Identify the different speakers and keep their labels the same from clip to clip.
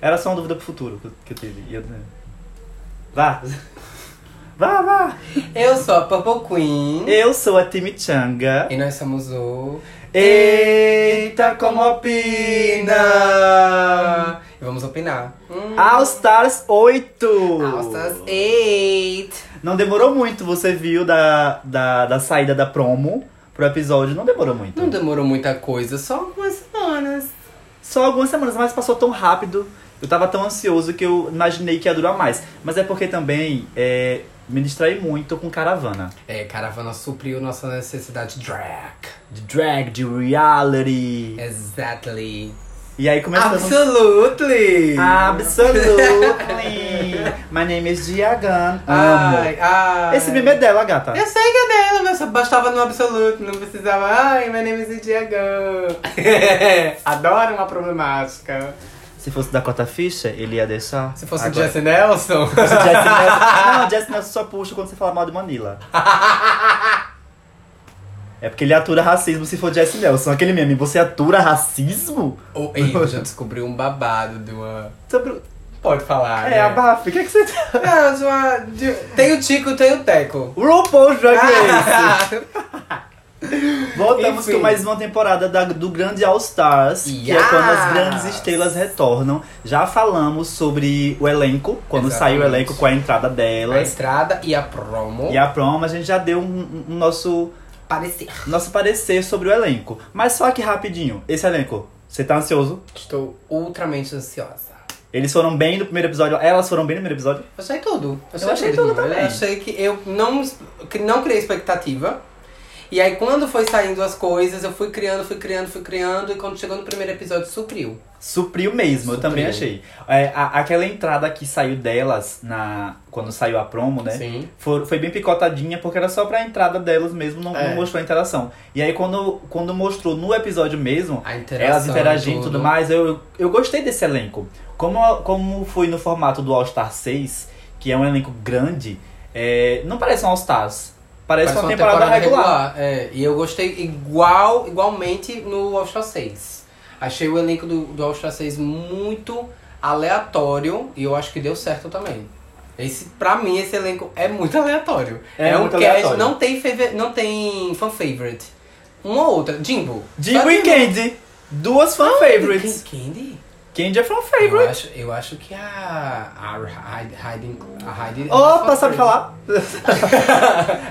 Speaker 1: Era só uma dúvida pro futuro que eu- que eu tive. E eu- né? Vá! Vá, vá!
Speaker 2: Eu sou a Purple Queen.
Speaker 1: Eu sou a Timichanga.
Speaker 2: E nós somos o...
Speaker 1: Eita, como opina!
Speaker 2: E vamos opinar. Hum.
Speaker 1: All Stars 8!
Speaker 2: Alças 8.
Speaker 1: Não demorou muito, você viu, da, da, da saída da promo pro episódio. Não demorou muito.
Speaker 2: Não demorou muita coisa, só algumas semanas.
Speaker 1: Só algumas semanas, mas passou tão rápido. Eu tava tão ansioso que eu imaginei que ia durar mais. Mas é porque também é, me distraí muito com caravana.
Speaker 2: É, caravana supriu nossa necessidade de drag.
Speaker 1: De drag, de
Speaker 2: É.
Speaker 1: reality.
Speaker 2: Exactly.
Speaker 1: E aí começamos.
Speaker 2: Absolutely.
Speaker 1: um Ah, Absolutely! My name is Diagan. Amo.
Speaker 2: Ai, ai.
Speaker 1: Esse meme é dela, gata.
Speaker 2: Eu sei que é dela, mas só bastava no absoluto, não precisava. Ai, meu nome é Diego. Adoro uma problemática.
Speaker 1: Se fosse da Cota Ficha, ele ia deixar.
Speaker 2: Se fosse o
Speaker 1: Agora-
Speaker 2: Jesse Nelson.
Speaker 1: Se fosse Jesse Nelson. Não, Jesse Nelson só puxa quando você fala mal de Manila. É porque ele atura racismo se for Jesse Nelson. Aquele meme, você atura racismo?
Speaker 2: Ou ei, eu já descobri um babado de uma.
Speaker 1: Sobre...
Speaker 2: Pode falar.
Speaker 1: É,
Speaker 2: né?
Speaker 1: abafe, o que, é que você.
Speaker 2: Não, de uma. de- Tem o Tico, tem o Teco.
Speaker 1: RuPaul's Drag Race! Voltamos
Speaker 2: Enfim.
Speaker 1: com mais uma temporada da- do Grande All Stars, que é quando as
Speaker 2: Yes.
Speaker 1: grandes estrelas retornam. Já falamos sobre o elenco, quando saiu o
Speaker 2: Exatamente. É.
Speaker 1: elenco com a entrada
Speaker 2: a
Speaker 1: delas.
Speaker 2: estrada e a promo.
Speaker 1: E a promo, a gente já deu um, um- um nosso,
Speaker 2: Parecer.
Speaker 1: nosso parecer sobre o elenco. Mas só que rapidinho, esse elenco, você tá ansioso?
Speaker 2: Estou ultramente ansiosa.
Speaker 1: Eles foram bem no primeiro episódio, elas foram bem no primeiro episódio.
Speaker 2: Achei tudo.
Speaker 1: Eu achei tudo
Speaker 2: Guilherme.
Speaker 1: também.
Speaker 2: Eu achei que eu não, que não criei expectativa. E aí, quando foi saindo as coisas, eu fui criando, fui criando, fui criando. E quando chegou no primeiro episódio, supriu.
Speaker 1: Supriu mesmo, eu
Speaker 2: Supriu.
Speaker 1: também achei. É, a- aquela entrada que saiu delas na quando saiu a promo, né?
Speaker 2: Sim.
Speaker 1: For- foi bem picotadinha, porque era só pra entrada delas mesmo, não,
Speaker 2: É.
Speaker 1: não mostrou a interação. E aí, quando, quando mostrou no episódio mesmo,
Speaker 2: A interação.
Speaker 1: elas interagindo e tudo
Speaker 2: tudo.
Speaker 1: mais, eu, eu gostei desse elenco. Como, como foi no formato do All Star 6, que é um elenco grande, é, não parece um All Stars. Parece, uma, temporada, regular.
Speaker 2: É, e eu gostei igual, igualmente no All Star 6. Achei o elenco do, do All Star 6 muito aleatório e eu acho que deu certo também. Esse, pra mim, esse elenco é muito aleatório.
Speaker 1: É
Speaker 2: um
Speaker 1: muito
Speaker 2: cast,
Speaker 1: aleatório.
Speaker 2: não tem, favor- não tem fan favorite. Uma ou outra, Jimbo.
Speaker 1: De Weekend, duas fan favorites.
Speaker 2: Candy?
Speaker 1: Candy é fan
Speaker 2: Eu
Speaker 1: favorite.
Speaker 2: acho, eu acho que a. A Heidi. A é Heidi
Speaker 1: Opa, sabe falar?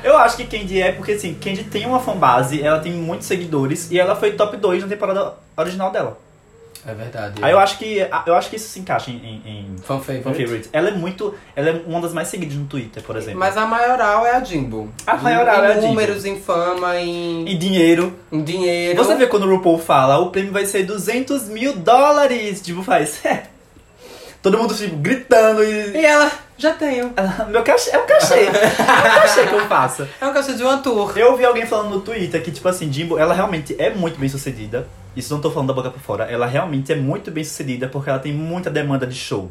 Speaker 1: eu acho que Candy é, porque assim, Candy tem uma fanbase, ela tem muitos seguidores e ela foi top 2 na temporada original dela.
Speaker 2: É verdade.
Speaker 1: Aí eu acho que eu acho que isso se encaixa em, em, em
Speaker 2: Fan
Speaker 1: fan
Speaker 2: favorite.
Speaker 1: favorite. Ela é muito. Ela é uma das mais seguidas no Twitter, por exemplo.
Speaker 2: Mas a maioral é a Jimbo.
Speaker 1: A maioral
Speaker 2: em
Speaker 1: é a Jimbo.
Speaker 2: números, em fama, em,
Speaker 1: E dinheiro.
Speaker 2: em dinheiro.
Speaker 1: Você vê quando o RuPaul fala, o prêmio vai ser 200 mil dólares. Tipo, faz. Todo mundo, tipo, gritando e.
Speaker 2: E ela, já tenho.
Speaker 1: Meu cachê. É um cachê. é um cachê que eu faço.
Speaker 2: É um cachê de uma tour.
Speaker 1: Eu ouvi alguém falando no Twitter que, tipo assim, Jimbo, ela realmente é muito bem sucedida. Isso não tô falando da boca pra fora. Ela realmente é muito bem sucedida porque ela tem muita demanda de show.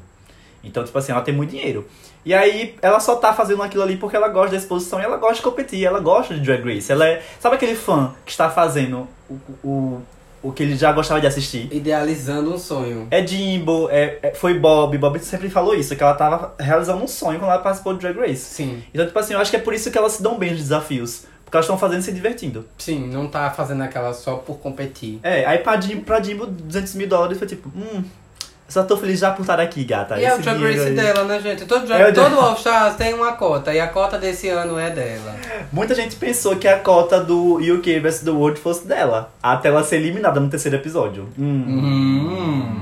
Speaker 1: Então, tipo assim, ela tem muito dinheiro. E aí, ela só tá fazendo aquilo ali porque ela gosta da exposição e ela gosta de competir, ela gosta de Drag Race. Ela é. Sabe aquele fã que está fazendo o, o, o que ele já gostava de assistir?
Speaker 2: Idealizando um sonho.
Speaker 1: É Jimbo, é, é- foi Bob. Bob sempre falou isso, que ela tava realizando um sonho quando ela participou do Drag Race.
Speaker 2: Sim,
Speaker 1: Então, tipo assim, eu acho que é por isso que elas se dão bem nos desafios. Porque elas estão fazendo e se divertindo.
Speaker 2: sim, não tá fazendo aquela só por competir.
Speaker 1: É, aí pra Jimbo, pra Jimbo 200 mil dólares foi tipo, hum, só tô feliz já por estar aqui, gata.
Speaker 2: e é
Speaker 1: Tá,
Speaker 2: o
Speaker 1: Esse
Speaker 2: Drag
Speaker 1: dinheiro
Speaker 2: Race
Speaker 1: aí.
Speaker 2: dela, né, gente? Todo,
Speaker 1: É o
Speaker 2: drag,
Speaker 1: Drag-
Speaker 2: todo All Stars tem uma cota, e a cota desse ano é dela.
Speaker 1: Muita gente pensou que a cota do UK vs The World fosse dela, até ela ser eliminada no terceiro episódio. Hum.
Speaker 2: Hum,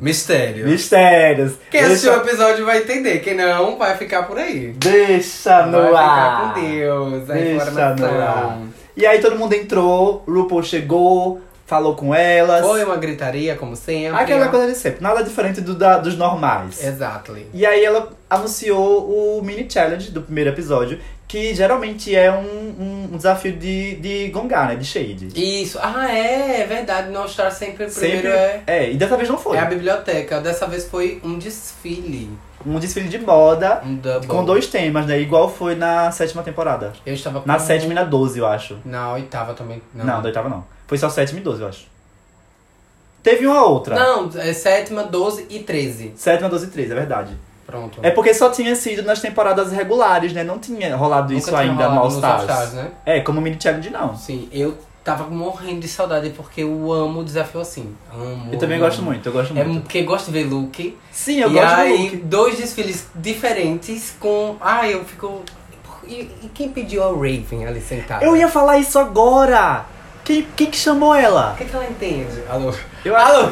Speaker 2: mistério.
Speaker 1: Mistérios.
Speaker 2: Quem assistiu
Speaker 1: deixa,
Speaker 2: o episódio vai entender, quem não vai ficar por aí.
Speaker 1: deixa
Speaker 2: vai
Speaker 1: no
Speaker 2: ficar
Speaker 1: ar.
Speaker 2: com Deus, a
Speaker 1: Deixa no ar.
Speaker 2: informação.
Speaker 1: E aí todo mundo entrou, RuPaul chegou, falou com elas.
Speaker 2: Foi uma gritaria, como sempre.
Speaker 1: Aquela coisa de sempre, nada diferente do da- dos normais.
Speaker 2: É, Exactly.
Speaker 1: E aí ela anunciou o mini challenge do primeiro episódio, que geralmente é um, um- um desafio de, de gongar, né? De shade.
Speaker 2: Isso. Ah, é, é verdade. No All Star sempre o primeiro
Speaker 1: Sempre
Speaker 2: é.
Speaker 1: É, e dessa vez não foi.
Speaker 2: É a biblioteca. Dessa vez foi um desfile.
Speaker 1: Um desfile de moda
Speaker 2: Um double.
Speaker 1: com dois temas, né? Igual foi na sétima temporada.
Speaker 2: Eu estava com.
Speaker 1: Na sétima e na doze, eu acho.
Speaker 2: Na oitava também. Não.
Speaker 1: Não, da oitava não. Foi só sétima e doze, eu acho. Teve uma outra.
Speaker 2: Não, é sétima, 12 e 13.
Speaker 1: Sétima, 12 e 13, é verdade.
Speaker 2: Pronto.
Speaker 1: É porque só tinha sido nas temporadas regulares, né? Não tinha rolado
Speaker 2: Nunca
Speaker 1: isso
Speaker 2: tinha
Speaker 1: ainda no
Speaker 2: rolado
Speaker 1: All
Speaker 2: nos
Speaker 1: Stars.
Speaker 2: All-Stars, né?
Speaker 1: É, como o mini challenge não.
Speaker 2: Sim, eu tava morrendo de saudade porque eu amo o desafio assim. Amo.
Speaker 1: Eu também
Speaker 2: amo.
Speaker 1: gosto muito, eu gosto
Speaker 2: É
Speaker 1: muito.
Speaker 2: porque gosto de ver look.
Speaker 1: Sim, eu
Speaker 2: e
Speaker 1: gosto
Speaker 2: aí,
Speaker 1: do look.
Speaker 2: dois desfiles diferentes com. Ah, eu fico. E, e quem pediu a Raven ali sentada?
Speaker 1: Eu ia falar isso agora! Quem, quem que chamou
Speaker 2: O
Speaker 1: ela?
Speaker 2: que, que ela entende? Alô?
Speaker 1: Eu acho-
Speaker 2: Alô?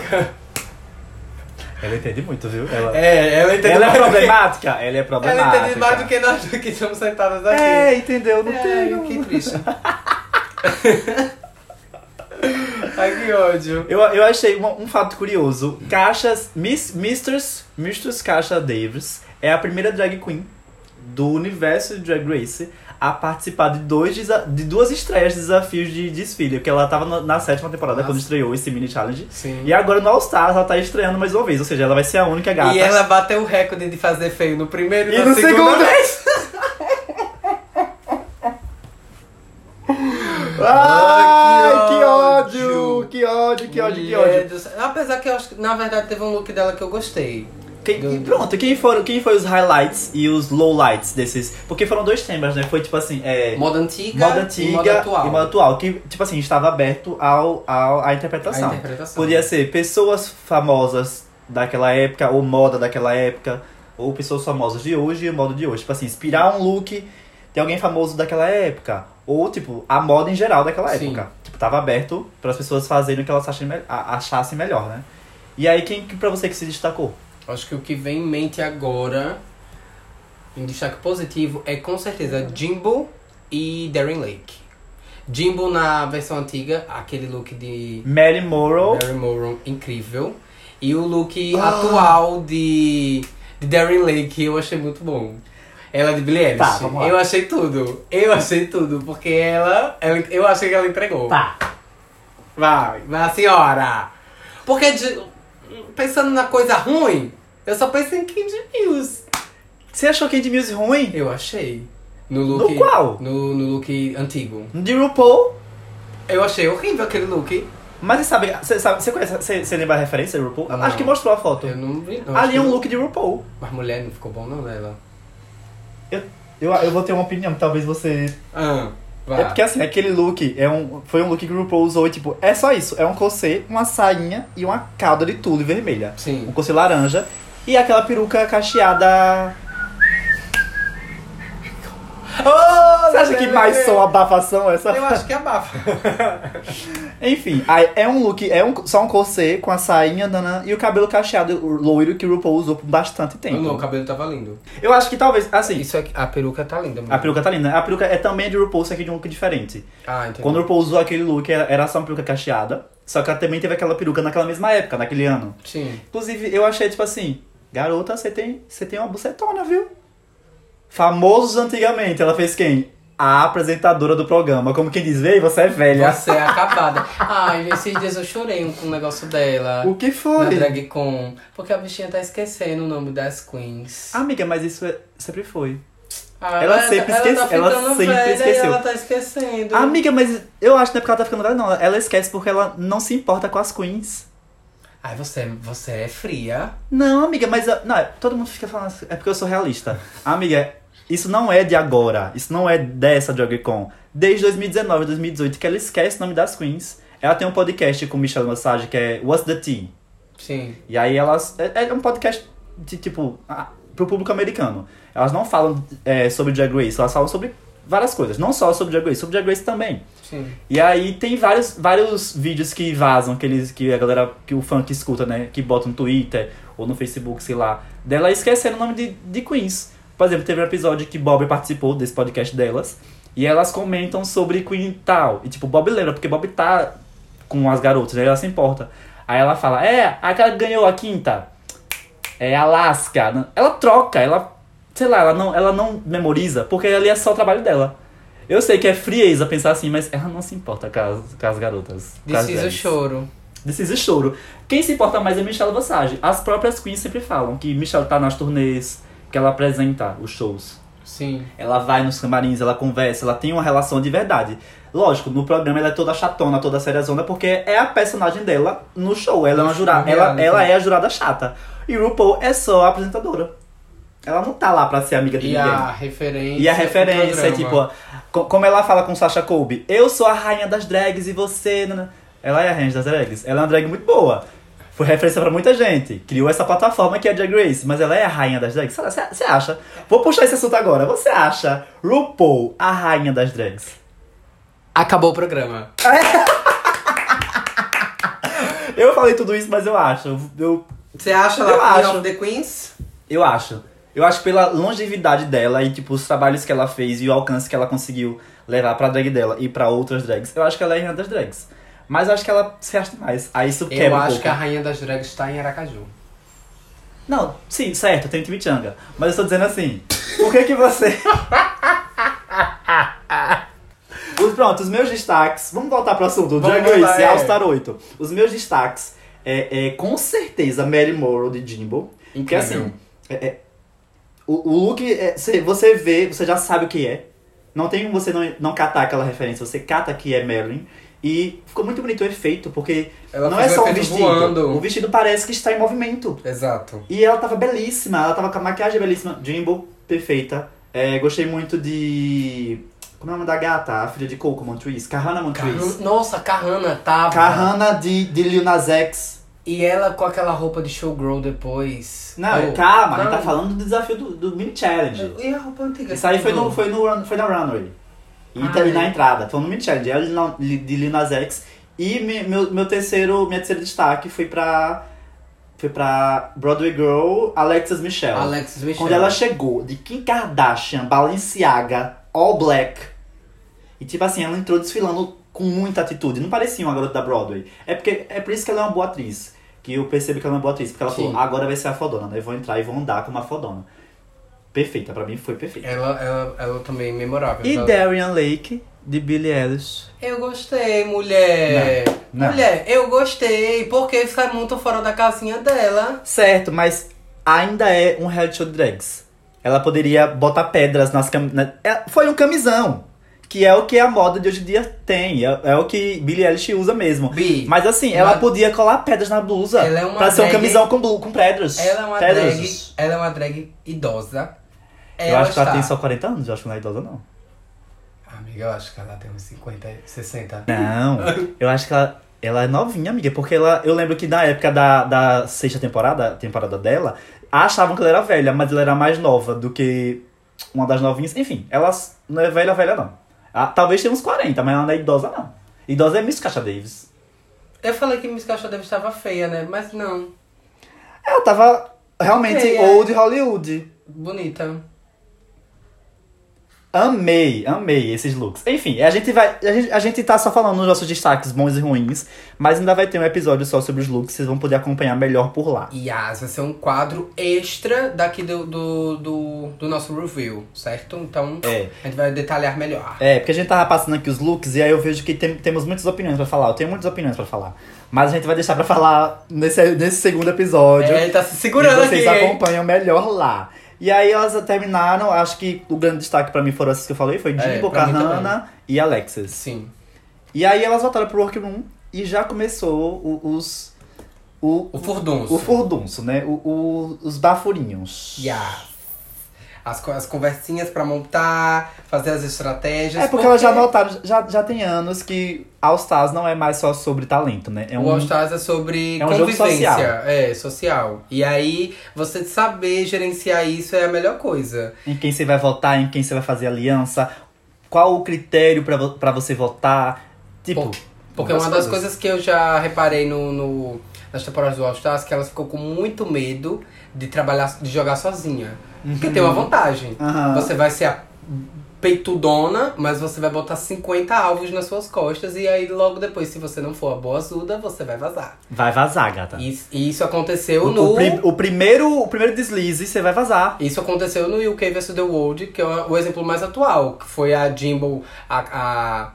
Speaker 1: Ela entende muito, viu? Ela,
Speaker 2: É, ela entende
Speaker 1: ela é
Speaker 2: mais do que-
Speaker 1: problemática? Ela é
Speaker 2: Ela
Speaker 1: problemática.
Speaker 2: entende mais do que nós que estamos sentadas aqui.
Speaker 1: É, entendeu? Não
Speaker 2: Ai,
Speaker 1: tem.
Speaker 2: que triste. Ai, que ódio.
Speaker 1: Eu, eu achei uma- um fato curioso. Caixas. Miss, Mistress, Mistress Caixa Davis é a primeira drag queen do universo de Drag Race a participar de, dois, desa- de duas estreias de desafios de desfile. Porque ela tava na, na sétima temporada
Speaker 2: Nossa.
Speaker 1: quando estreou esse mini challenge.
Speaker 2: Sim.
Speaker 1: E agora no All Stars ela tá estreando mais uma vez. Ou seja, ela vai ser a única gata.
Speaker 2: E ela bateu o recorde de fazer feio no primeiro e,
Speaker 1: E
Speaker 2: na
Speaker 1: no
Speaker 2: segunda
Speaker 1: segundo.
Speaker 2: vez.
Speaker 1: Ai, que
Speaker 2: Ai, que
Speaker 1: ódio!
Speaker 2: ódio.
Speaker 1: Que ódio, que ódio, que
Speaker 2: Mulher
Speaker 1: ódio.
Speaker 2: do céu. Apesar que eu acho que, na verdade, teve um look dela que eu gostei.
Speaker 1: Quem, e pronto, quem foram quem foi os highlights e os lowlights desses? Porque foram dois temas, né? Foi tipo assim, é,
Speaker 2: Moda antiga,
Speaker 1: moda
Speaker 2: e
Speaker 1: antiga
Speaker 2: moda atual.
Speaker 1: que tipo assim estava aberto ao, ao à interpretação.
Speaker 2: A interpretação.
Speaker 1: Podia ser pessoas famosas daquela época ou moda daquela época ou pessoas famosas de hoje e moda de hoje. Tipo assim, inspirar um look de alguém famoso daquela época ou tipo a moda em geral daquela
Speaker 2: Sim.
Speaker 1: época. Tipo, tava aberto para as pessoas fazerem o que elas achem me- a- achassem melhor, né? E aí quem que para você que se destacou?
Speaker 2: Acho que o que vem em mente agora, em destaque positivo, é com certeza Jimbo e Darren Lake. Jimbo na versão antiga, aquele look de
Speaker 1: Mary Morrow.
Speaker 2: Darren Moron incrível. E o look
Speaker 1: Ah.
Speaker 2: atual de, de Darren Lake eu achei muito bom. Ela é de Billie Eilish.
Speaker 1: Tá, vamos lá.
Speaker 2: eu achei tudo. Eu achei tudo. Porque ela, ela- Eu achei que ela entregou.
Speaker 1: Tá.
Speaker 2: Vai, vai, senhora. Porque de- pensando na coisa ruim, eu só pensei em Kid Mills.
Speaker 1: Você achou Candy Muse ruim?
Speaker 2: Eu achei. No look.
Speaker 1: No qual?
Speaker 2: No, no look antigo.
Speaker 1: De RuPaul?
Speaker 2: Eu achei horrível aquele look.
Speaker 1: Mas você sabe, você sabe, você conhece, você, você lembra a referência de RuPaul?
Speaker 2: Não.
Speaker 1: Acho que mostrou a foto.
Speaker 2: Eu não vi. não, acho
Speaker 1: Ali
Speaker 2: que
Speaker 1: é um
Speaker 2: não.
Speaker 1: look de RuPaul.
Speaker 2: Mas mulher não ficou bom não dela.
Speaker 1: Eu, eu vou ter uma opinião, talvez você.
Speaker 2: Ah, vai.
Speaker 1: É porque assim, aquele look é um, foi um look que o RuPaul usou e tipo, é só isso. É um corset, uma sainha e uma cauda de tule vermelha. Um
Speaker 2: Sim.
Speaker 1: corset laranja e aquela peruca cacheada. Você acha que mais só abafação essa?
Speaker 2: Eu acho que é abafa.
Speaker 1: Enfim, aí é um look, é um, só um corset com a sainha nanã, e o cabelo cacheado loiro que o RuPaul usou por bastante tempo.
Speaker 2: Não, o cabelo tava lindo.
Speaker 1: Eu acho que talvez, assim,
Speaker 2: Isso aqui, a peruca tá linda.
Speaker 1: A peruca tá linda. A peruca é também de RuPaul, só que de um look diferente.
Speaker 2: Ah, entendi.
Speaker 1: Quando o RuPaul usou aquele look, era- era só uma peruca cacheada. Só que ela também teve aquela peruca naquela mesma época, naquele ano.
Speaker 2: Sim.
Speaker 1: Inclusive, eu achei, tipo assim... Garota, você tem, você tem uma bucetona, viu? Famosos antigamente, ela fez quem? A apresentadora do programa. Como quem diz, vei, você é velha.
Speaker 2: Você é acabada. Ai, esses dias eu chorei um com o negócio dela.
Speaker 1: O que
Speaker 2: Na
Speaker 1: foi?
Speaker 2: drag con. Porque a bichinha tá esquecendo o nome das queens.
Speaker 1: Amiga, mas isso é- sempre foi.
Speaker 2: Ah,
Speaker 1: ela sempre
Speaker 2: tá-
Speaker 1: esquece- ela
Speaker 2: ficando
Speaker 1: sempre
Speaker 2: velha e
Speaker 1: esqueceu.
Speaker 2: ela tá esquecendo.
Speaker 1: Amiga, mas eu acho que não é porque ela tá ficando velha, não. Ela esquece porque ela não se importa com as queens.
Speaker 2: Ai, você, você é fria.
Speaker 1: Não, amiga, mas. ah, Não, é- todo mundo fica falando assim, É porque eu sou realista. Amiga, isso não é de agora. Isso não é dessa DragCon. Desde 2019, 2018, que ela esquece o nome das queens. Ela tem um podcast com Michelle Massage que é What's the Tea?
Speaker 2: Sim.
Speaker 1: E aí elas. É, é um podcast de tipo. ah, pro público americano. Elas não falam é, sobre Drag Race, elas falam sobre várias coisas. Não só sobre Drag Race, sobre Drag Race também.
Speaker 2: Sim.
Speaker 1: E aí tem vários, vários vídeos que vazam, que, eles, que a galera, que o funk escuta, né? Que bota no Twitter ou no Facebook, sei lá. Dela esquecendo o nome de, de Queens. Por exemplo, teve um episódio que Bob participou desse podcast delas. E elas comentam sobre Queen tal. E tipo, Bob lembra, porque Bob tá com as garotas, né? Ela se importa. Aí ela fala, é, aquela que ganhou a quinta. É Alaska. Ela troca, ela. Sei lá, ela não, ela não memoriza, porque ali é só o trabalho dela. Eu sei que é frieza pensar assim, mas ela não se importa com as, com as garotas. com as
Speaker 2: Decisa o
Speaker 1: drags.
Speaker 2: choro.
Speaker 1: Decisa o choro. Quem se importa mais é Michelle Vassage. As próprias queens sempre falam que Michelle tá nas turnês, que ela apresenta os shows.
Speaker 2: Sim.
Speaker 1: Ela vai nos camarins, ela conversa, ela tem uma relação de verdade. Lógico, no programa ela é toda chatona, toda seriazona, porque é a personagem dela no show. Ela é uma jurada,
Speaker 2: No
Speaker 1: ela,
Speaker 2: reality.
Speaker 1: ela é a jurada chata. E RuPaul é só a apresentadora. Ela não tá lá pra ser amiga de
Speaker 2: E
Speaker 1: ninguém.
Speaker 2: a referência.
Speaker 1: E a
Speaker 2: do
Speaker 1: referência é
Speaker 2: um programa.
Speaker 1: tipo, ó, co- como ela fala com Sasha Colby, eu sou a rainha das drags e você. nana." Ela é a rainha das drags. Ela é uma drag muito boa. Foi referência pra muita gente. Criou essa plataforma que é a Drag Race, mas ela é a rainha das drags. Será- Você você acha? Vou puxar esse assunto agora. Você acha RuPaul a rainha das drags?
Speaker 2: Acabou o programa.
Speaker 1: Eu falei tudo isso, mas eu acho. Eu,
Speaker 2: Você acha
Speaker 1: Eu
Speaker 2: lá Queen
Speaker 1: acho.
Speaker 2: of the Queens?
Speaker 1: eu acho. Eu acho que pela longevidade dela e, tipo, os trabalhos que ela fez e o alcance que ela conseguiu levar pra drag dela e pra outras drags, eu acho que ela é a rainha das drags. Mas eu acho que ela se acha demais. Aí isso quebra
Speaker 2: Eu
Speaker 1: um
Speaker 2: acho
Speaker 1: pouco.
Speaker 2: que a rainha das drags está em Aracaju.
Speaker 1: Não, sim, certo, tem Timbichanga. Mas eu tô dizendo assim, por que que você... Os- Pronto, os meus destaques... Vamos voltar pro assunto, o
Speaker 2: Vamos
Speaker 1: Drag Race
Speaker 2: voltar,
Speaker 1: e
Speaker 2: é.
Speaker 1: All Star 8. Os meus destaques é, é, com certeza, Mary Morrow de Jimbo. Porque assim, é- é, o, o look, é, cê- você vê, você já sabe o que é. Não tem como você não, não catar aquela referência, você cata que é Marilyn. E ficou muito bonito o efeito, porque
Speaker 2: Ela
Speaker 1: não é
Speaker 2: fez o
Speaker 1: só um
Speaker 2: efeito
Speaker 1: vestido.
Speaker 2: voando.
Speaker 1: O vestido parece que está em movimento.
Speaker 2: Exato.
Speaker 1: E ela tava belíssima, ela tava com a maquiagem belíssima. Jimbo, perfeita. É, gostei muito de. Como é o nome da gata? A filha de Coco Montrese? Carrana Montrese.
Speaker 2: Nossa, Carrana tava.
Speaker 1: Carrana de, de Lil Nas X.
Speaker 2: E ela com aquela roupa de showgirl depois.
Speaker 1: Não,
Speaker 2: Oh,
Speaker 1: calma, a gente
Speaker 2: não. É.
Speaker 1: tá falando do desafio do, do mini challenge.
Speaker 2: E a roupa antiga?
Speaker 1: Isso aí foi, no, foi, no, run- foi na runway. E, tá-
Speaker 2: Ah,
Speaker 1: e na
Speaker 2: é.
Speaker 1: entrada. Foi no mini challenge. Ela de Lil- de Lil Nas X. E me- meu, meu terceiro, minha terceira destaque foi pra. Foi pra Broadway Girl Alexis Michelle.
Speaker 2: Alexis Michel.
Speaker 1: Quando ela chegou de Kim Kardashian, Balenciaga, All Black. E tipo assim, ela entrou desfilando com muita atitude. Não parecia uma garota da Broadway. É porque é por isso que ela é uma boa atriz. Que eu percebi que ela é uma boa atriz. Porque ela falou,
Speaker 2: Sim.
Speaker 1: "Ah, agora vai ser a fodona, né? Eu vou entrar e vou andar como a fodona. Perfeita, pra mim foi perfeita.
Speaker 2: Ela, ela, ela também é memorável.
Speaker 1: E
Speaker 2: Ela-
Speaker 1: Darian Lake, de Billie Eilish.
Speaker 2: Eu gostei, mulher.
Speaker 1: Não, não.
Speaker 2: Mulher, eu gostei, porque sai muito fora da casinha dela.
Speaker 1: Certo, mas ainda é um reality show de drags. Ela poderia botar pedras nas camisas. Foi um camisão. Que é o que a moda de hoje em dia tem. É, é o que Billie Eilish usa mesmo.
Speaker 2: Bi,
Speaker 1: Mas assim, ela
Speaker 2: Mas-
Speaker 1: podia colar pedras na blusa.
Speaker 2: Ela é uma
Speaker 1: pra ser um
Speaker 2: drag-
Speaker 1: camisão com, blu- com pedras.
Speaker 2: ela é uma
Speaker 1: pedras.
Speaker 2: drag. Ela é uma drag idosa.
Speaker 1: Eu acho que ela
Speaker 2: está-
Speaker 1: tem só 40 anos, eu acho que não é idosa, não.
Speaker 2: Amiga, eu acho que ela tem uns 50, 60.
Speaker 1: Não, eu acho que ela, ela é novinha, amiga, porque ela, eu lembro que na época da, da sexta temporada, temporada dela, achavam que ela era velha, mas ela era mais nova do que uma das novinhas. Enfim, ela s- não é velha, velha não. Ah, talvez tenha uns 40, mas ela não é idosa, não. Idosa é Miss Caixa Davis.
Speaker 2: Eu falei que Miss Caixa Davis estava feia, né? Mas não.
Speaker 1: Ela tava realmente
Speaker 2: Ok, é.
Speaker 1: old Hollywood.
Speaker 2: Bonita.
Speaker 1: Amei, amei esses looks. Enfim, a gente vai. A gente, a gente tá só falando os nossos destaques bons e ruins, mas ainda vai ter um episódio só sobre os looks, vocês vão poder acompanhar melhor por lá.
Speaker 2: E as vai ser um quadro extra daqui do, do, do, do nosso review, certo? Então
Speaker 1: É.
Speaker 2: a gente vai detalhar melhor.
Speaker 1: É, porque a gente tava passando aqui os looks e aí eu vejo que tem- temos muitas opiniões pra falar. Eu tenho muitas opiniões pra falar. Mas a gente vai deixar pra falar nesse, nesse segundo episódio.
Speaker 2: É, ele tá se segurando
Speaker 1: e vocês
Speaker 2: aqui. hein?
Speaker 1: acompanham melhor lá. E aí elas terminaram, acho que o grande destaque pra mim foram essas que eu falei, foi
Speaker 2: É,
Speaker 1: Jimbo,
Speaker 2: pra mim
Speaker 1: Carrana e Alexis.
Speaker 2: Sim.
Speaker 1: E aí elas voltaram pro Workroom e já começou o- os... O,
Speaker 2: O furdunço.
Speaker 1: o furdunço, né? O, o- os bafurinhos.
Speaker 2: Yeah. As, co- as conversinhas pra montar, fazer as estratégias.
Speaker 1: É porque elas já notaram, já, já tem anos que All Stars não é mais só sobre talento, né? É
Speaker 2: O All Stars é sobre
Speaker 1: é um jogo
Speaker 2: convivência.
Speaker 1: social.
Speaker 2: É, social. E aí, você saber gerenciar isso é a melhor coisa.
Speaker 1: em quem você vai votar, em quem você vai fazer aliança, qual o critério pra, vo- pra você votar. Tipo,
Speaker 2: Porque uma das coisas que eu já reparei no, no- nas temporadas do All Stars é que elas ficou com muito medo de trabalhar, de jogar sozinha. Porque tem uma vantagem.
Speaker 1: Aham.
Speaker 2: Você vai ser a peitudona, mas você vai botar 50 alvos nas suas costas. E aí, logo depois, se você não for a boa azuda, você vai vazar.
Speaker 1: Vai vazar, gata.
Speaker 2: E, e isso aconteceu
Speaker 1: O,
Speaker 2: no.
Speaker 1: o pri- o primeiro, o primeiro deslize, você vai vazar.
Speaker 2: Isso aconteceu no UK vs The World, que é o exemplo mais atual, que foi a Jimbo, a. a-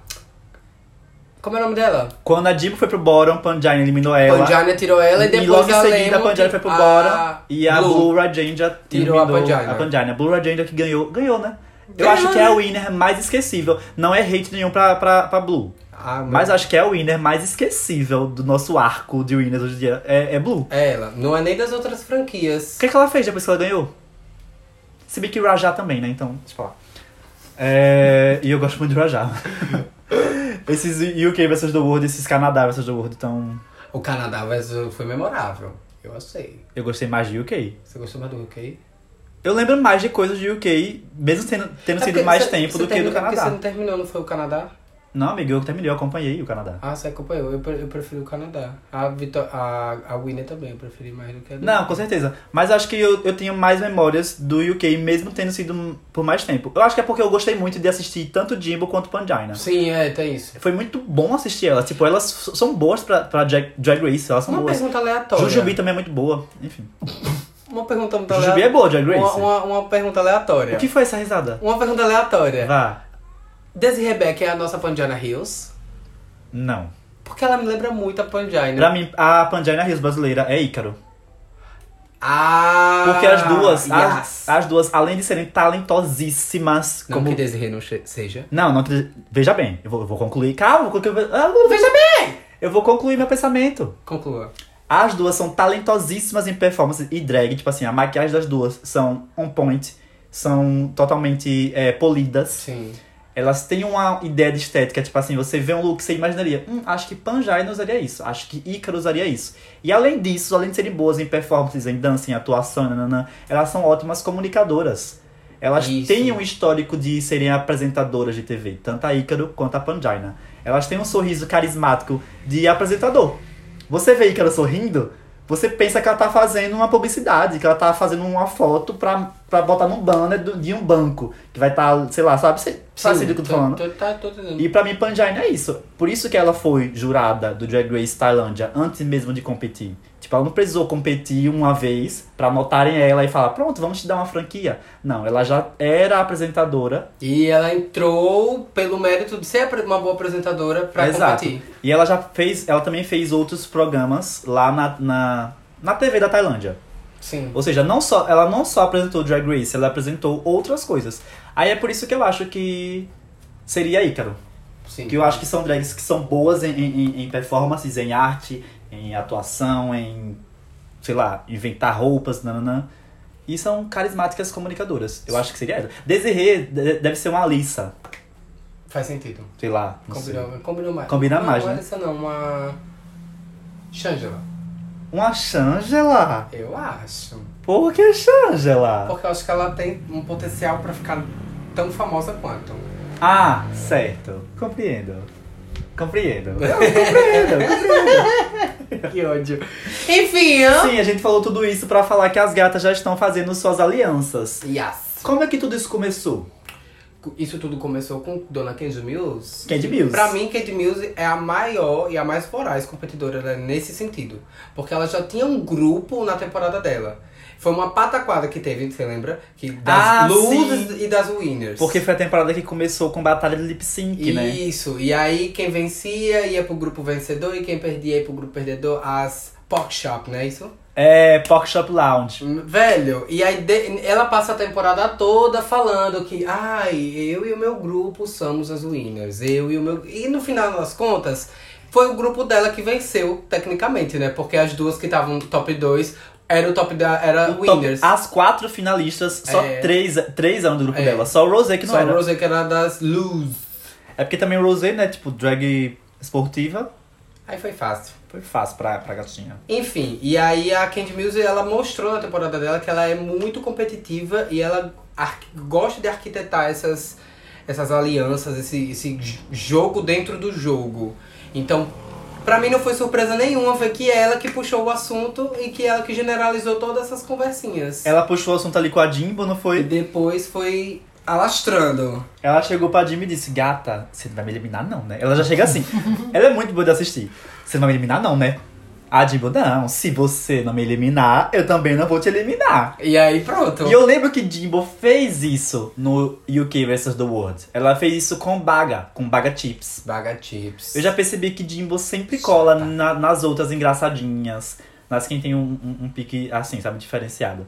Speaker 2: Como é o nome dela?
Speaker 1: Quando a Dipo foi pro Bottom, Panjana eliminou ela.
Speaker 2: Panjana tirou ela e depois
Speaker 1: É, logo em
Speaker 2: a
Speaker 1: seguida a
Speaker 2: Lemon,
Speaker 1: Panjana foi pro
Speaker 2: a
Speaker 1: Bottom. E a
Speaker 2: Blue.
Speaker 1: Blue, Rajenja
Speaker 2: Tirou a
Speaker 1: eliminou
Speaker 2: Panjana.
Speaker 1: A Panjana. A Blue Rajenja que ganhou, ganhou, né? Eu acho que é a winner mais esquecível. Não é hate nenhum pra, pra, pra Blue.
Speaker 2: Ah, mas...
Speaker 1: Mas acho que é a winner mais esquecível do nosso arco de winners hoje em dia. É, é Blue.
Speaker 2: É ela. Não é nem das outras
Speaker 1: O
Speaker 2: franquias.
Speaker 1: que, é que ela fez depois que ela ganhou? Se bem que Rajá também, né? Então, deixa eu falar. É, E eu gosto muito de Rajá. esses UK versus The World, esses Canadá versus The World, então...
Speaker 2: O Canadá versus- foi memorável. Eu achei.
Speaker 1: Eu gostei mais de UK.
Speaker 2: Você gostou mais do UK?
Speaker 1: Eu lembro mais de coisas de UK, mesmo tendo, tendo
Speaker 2: É
Speaker 1: sido
Speaker 2: porque
Speaker 1: mais
Speaker 2: você-
Speaker 1: tempo
Speaker 2: você
Speaker 1: do que do
Speaker 2: terminou- porque Você
Speaker 1: Canadá.
Speaker 2: não terminou, não foi o Canadá?
Speaker 1: Não, amigo, eu terminei, eu acompanhei o Canadá.
Speaker 2: Ah, você acompanhou. Eu, pre- eu prefiro o Canadá. A, Vitó a, a Winner também, eu preferi mais do que a do-
Speaker 1: Não, com certeza. Mas acho que eu, eu tenho mais memórias do UK, mesmo tendo sido por mais tempo. Eu acho que é porque eu gostei muito de assistir tanto Jimbo quanto Pangina.
Speaker 2: Sim, é, tem isso.
Speaker 1: Foi muito bom assistir elas. Tipo, elas f- são boas pra, pra drag, drag Race, elas são
Speaker 2: Uma
Speaker 1: boas.
Speaker 2: pergunta aleatória.
Speaker 1: Jujubi também é muito boa. Enfim.
Speaker 2: Uma pergunta muito
Speaker 1: Jujubi é
Speaker 2: aleatória.
Speaker 1: boa, Drag
Speaker 2: Então, Uma,
Speaker 1: Race.
Speaker 2: uma, uma pergunta aleatória.
Speaker 1: O que foi essa risada?
Speaker 2: Uma pergunta aleatória.
Speaker 1: Vá.
Speaker 2: Desi Rebecca é a nossa Pandiana Hills.
Speaker 1: Não.
Speaker 2: Porque ela me lembra muito a Pandiana.
Speaker 1: Pra mim, a Pangina Rios brasileira é Ícaro.
Speaker 2: Ah!
Speaker 1: Porque as duas,
Speaker 2: yes.
Speaker 1: as, as duas, além de serem talentosíssimas,
Speaker 2: Não
Speaker 1: como.
Speaker 2: que Desirê não che- seja.
Speaker 1: Não, não que- Veja bem, eu vou, eu vou concluir. Calma, porque eu vou. ah,
Speaker 2: Veja bem!
Speaker 1: Eu vou concluir meu pensamento.
Speaker 2: Conclua.
Speaker 1: As duas são talentosíssimas em performance e drag. Tipo assim, a maquiagem das duas são on point, são totalmente é, polidas.
Speaker 2: Sim.
Speaker 1: Elas têm uma ideia de estética, tipo assim, você vê um look, você imaginaria, hum, acho que Panjaina usaria isso, acho que Ícaro usaria isso. E além disso, além de serem boas em performances, em dança, em atuação, nananã, elas são ótimas comunicadoras. Elas
Speaker 2: Isso.
Speaker 1: têm um histórico de serem apresentadoras de TV, tanto a Ícaro quanto a Panjaina. Elas têm um sorriso carismático de apresentador. Você vê Ícaro sorrindo, você pensa que ela tá fazendo uma publicidade, que ela tá fazendo uma foto pra, pra botar num banner do- de um banco, que vai estar, sei lá, sabe? Você sabe
Speaker 2: Sim,
Speaker 1: o que eu tô
Speaker 2: tô-
Speaker 1: falando?
Speaker 2: tô- tá, tô entendendo.
Speaker 1: E pra mim, Panjaina é isso. Por isso que ela foi jurada do Drag Race Tailândia antes mesmo de competir. Tipo, ela não precisou competir uma vez pra anotarem ela e falar, pronto, vamos te dar uma franquia. Não, ela já era apresentadora
Speaker 2: E ela entrou pelo mérito de ser apre- uma boa apresentadora pra
Speaker 1: Exato.
Speaker 2: competir.
Speaker 1: e ela já fez, ela também fez outros programas lá na, na, na TV da Tailândia.
Speaker 2: Sim.
Speaker 1: Ou seja, não só, ela não só apresentou Drag Race, ela apresentou outras coisas. Aí é por isso que eu acho que seria Ícaro.
Speaker 2: Sim.
Speaker 1: Que eu acho que são drags que são boas em, em, em- em performances, em arte, em atuação, em, sei lá, inventar roupas, nananã. E são carismáticas comunicadoras. Eu acho que seria ela. Desirê de- deve ser uma Alissa,
Speaker 2: Faz sentido.
Speaker 1: sei lá. não sei.
Speaker 2: Combinou, combinou mais.
Speaker 1: Combina
Speaker 2: não,
Speaker 1: mais,
Speaker 2: Não
Speaker 1: né?
Speaker 2: é essa não, uma... Shangela.
Speaker 1: Uma Shangela?
Speaker 2: Eu acho.
Speaker 1: Por que é Shangela?
Speaker 2: Porque eu acho que ela tem um potencial pra ficar tão famosa quanto.
Speaker 1: Ah, certo. Compreendo. Compreendo. Eu compreendo, compreendo.
Speaker 2: Que ódio. Enfim, eu...
Speaker 1: Sim, a gente falou tudo isso pra falar que as gatas já estão fazendo suas alianças.
Speaker 2: Yes.
Speaker 1: Como é que tudo isso começou?
Speaker 2: Isso tudo começou com Dona Candy Mills.
Speaker 1: Candy Mills.
Speaker 2: Pra mim, Candy Mills é a maior e a mais voraz competidora né, nesse sentido. Porque ela já tinha um grupo na temporada dela. Foi uma pataquada que teve, você lembra? Que das
Speaker 1: Ah,
Speaker 2: luzes e das winners.
Speaker 1: Porque foi a temporada que começou com batalha de lip sync, né?
Speaker 2: Isso, e aí quem vencia ia pro grupo vencedor e quem perdia ia pro grupo perdedor, as Pork Shop, não é isso?
Speaker 1: É Pork Shop Lounge.
Speaker 2: Velho, e aí de- ela passa a temporada toda falando que, ai, eu e o meu grupo somos as winners, eu e o meu. E no final das contas, foi o grupo dela que venceu, tecnicamente, né? Porque as duas que estavam no top 2 era o top da. Era
Speaker 1: Então,
Speaker 2: winners.
Speaker 1: as quatro finalistas, só
Speaker 2: Ah, É.
Speaker 1: três, três eram do grupo
Speaker 2: É.
Speaker 1: dela. Só o Rosé que não
Speaker 2: Só a
Speaker 1: era.
Speaker 2: Rose que era das lose.
Speaker 1: É porque também o Rosé, né? Tipo, drag esportiva.
Speaker 2: Aí foi fácil.
Speaker 1: Foi fácil pra, pra gatinha.
Speaker 2: Enfim, e aí a Candy Mills ela mostrou na temporada dela que ela é muito competitiva e ela arqu- gosta de arquitetar essas, essas alianças, esse, esse j- jogo dentro do jogo. Então, pra mim não foi surpresa nenhuma, foi que é ela que puxou o assunto e que ela que generalizou todas essas conversinhas.
Speaker 1: Ela puxou o assunto ali com a Jimbo, não
Speaker 2: E
Speaker 1: foi?
Speaker 2: depois foi alastrando.
Speaker 1: Ela chegou pra Jimbo e disse, gata, você não vai me eliminar não, né? Ela já chega assim. ela é muito boa de assistir. Você não vai me eliminar não, né? A Jimbo, não, se você não me eliminar, eu também não vou te eliminar.
Speaker 2: E aí pronto.
Speaker 1: E eu lembro que Jimbo fez isso no UK vs The World. Ela fez isso com Baga, com Baga Chips.
Speaker 2: Baga chips.
Speaker 1: Eu já percebi que Jimbo sempre cola
Speaker 2: Tá.
Speaker 1: na- nas outras engraçadinhas, nas quem tem um, um- um pique assim, sabe, diferenciado.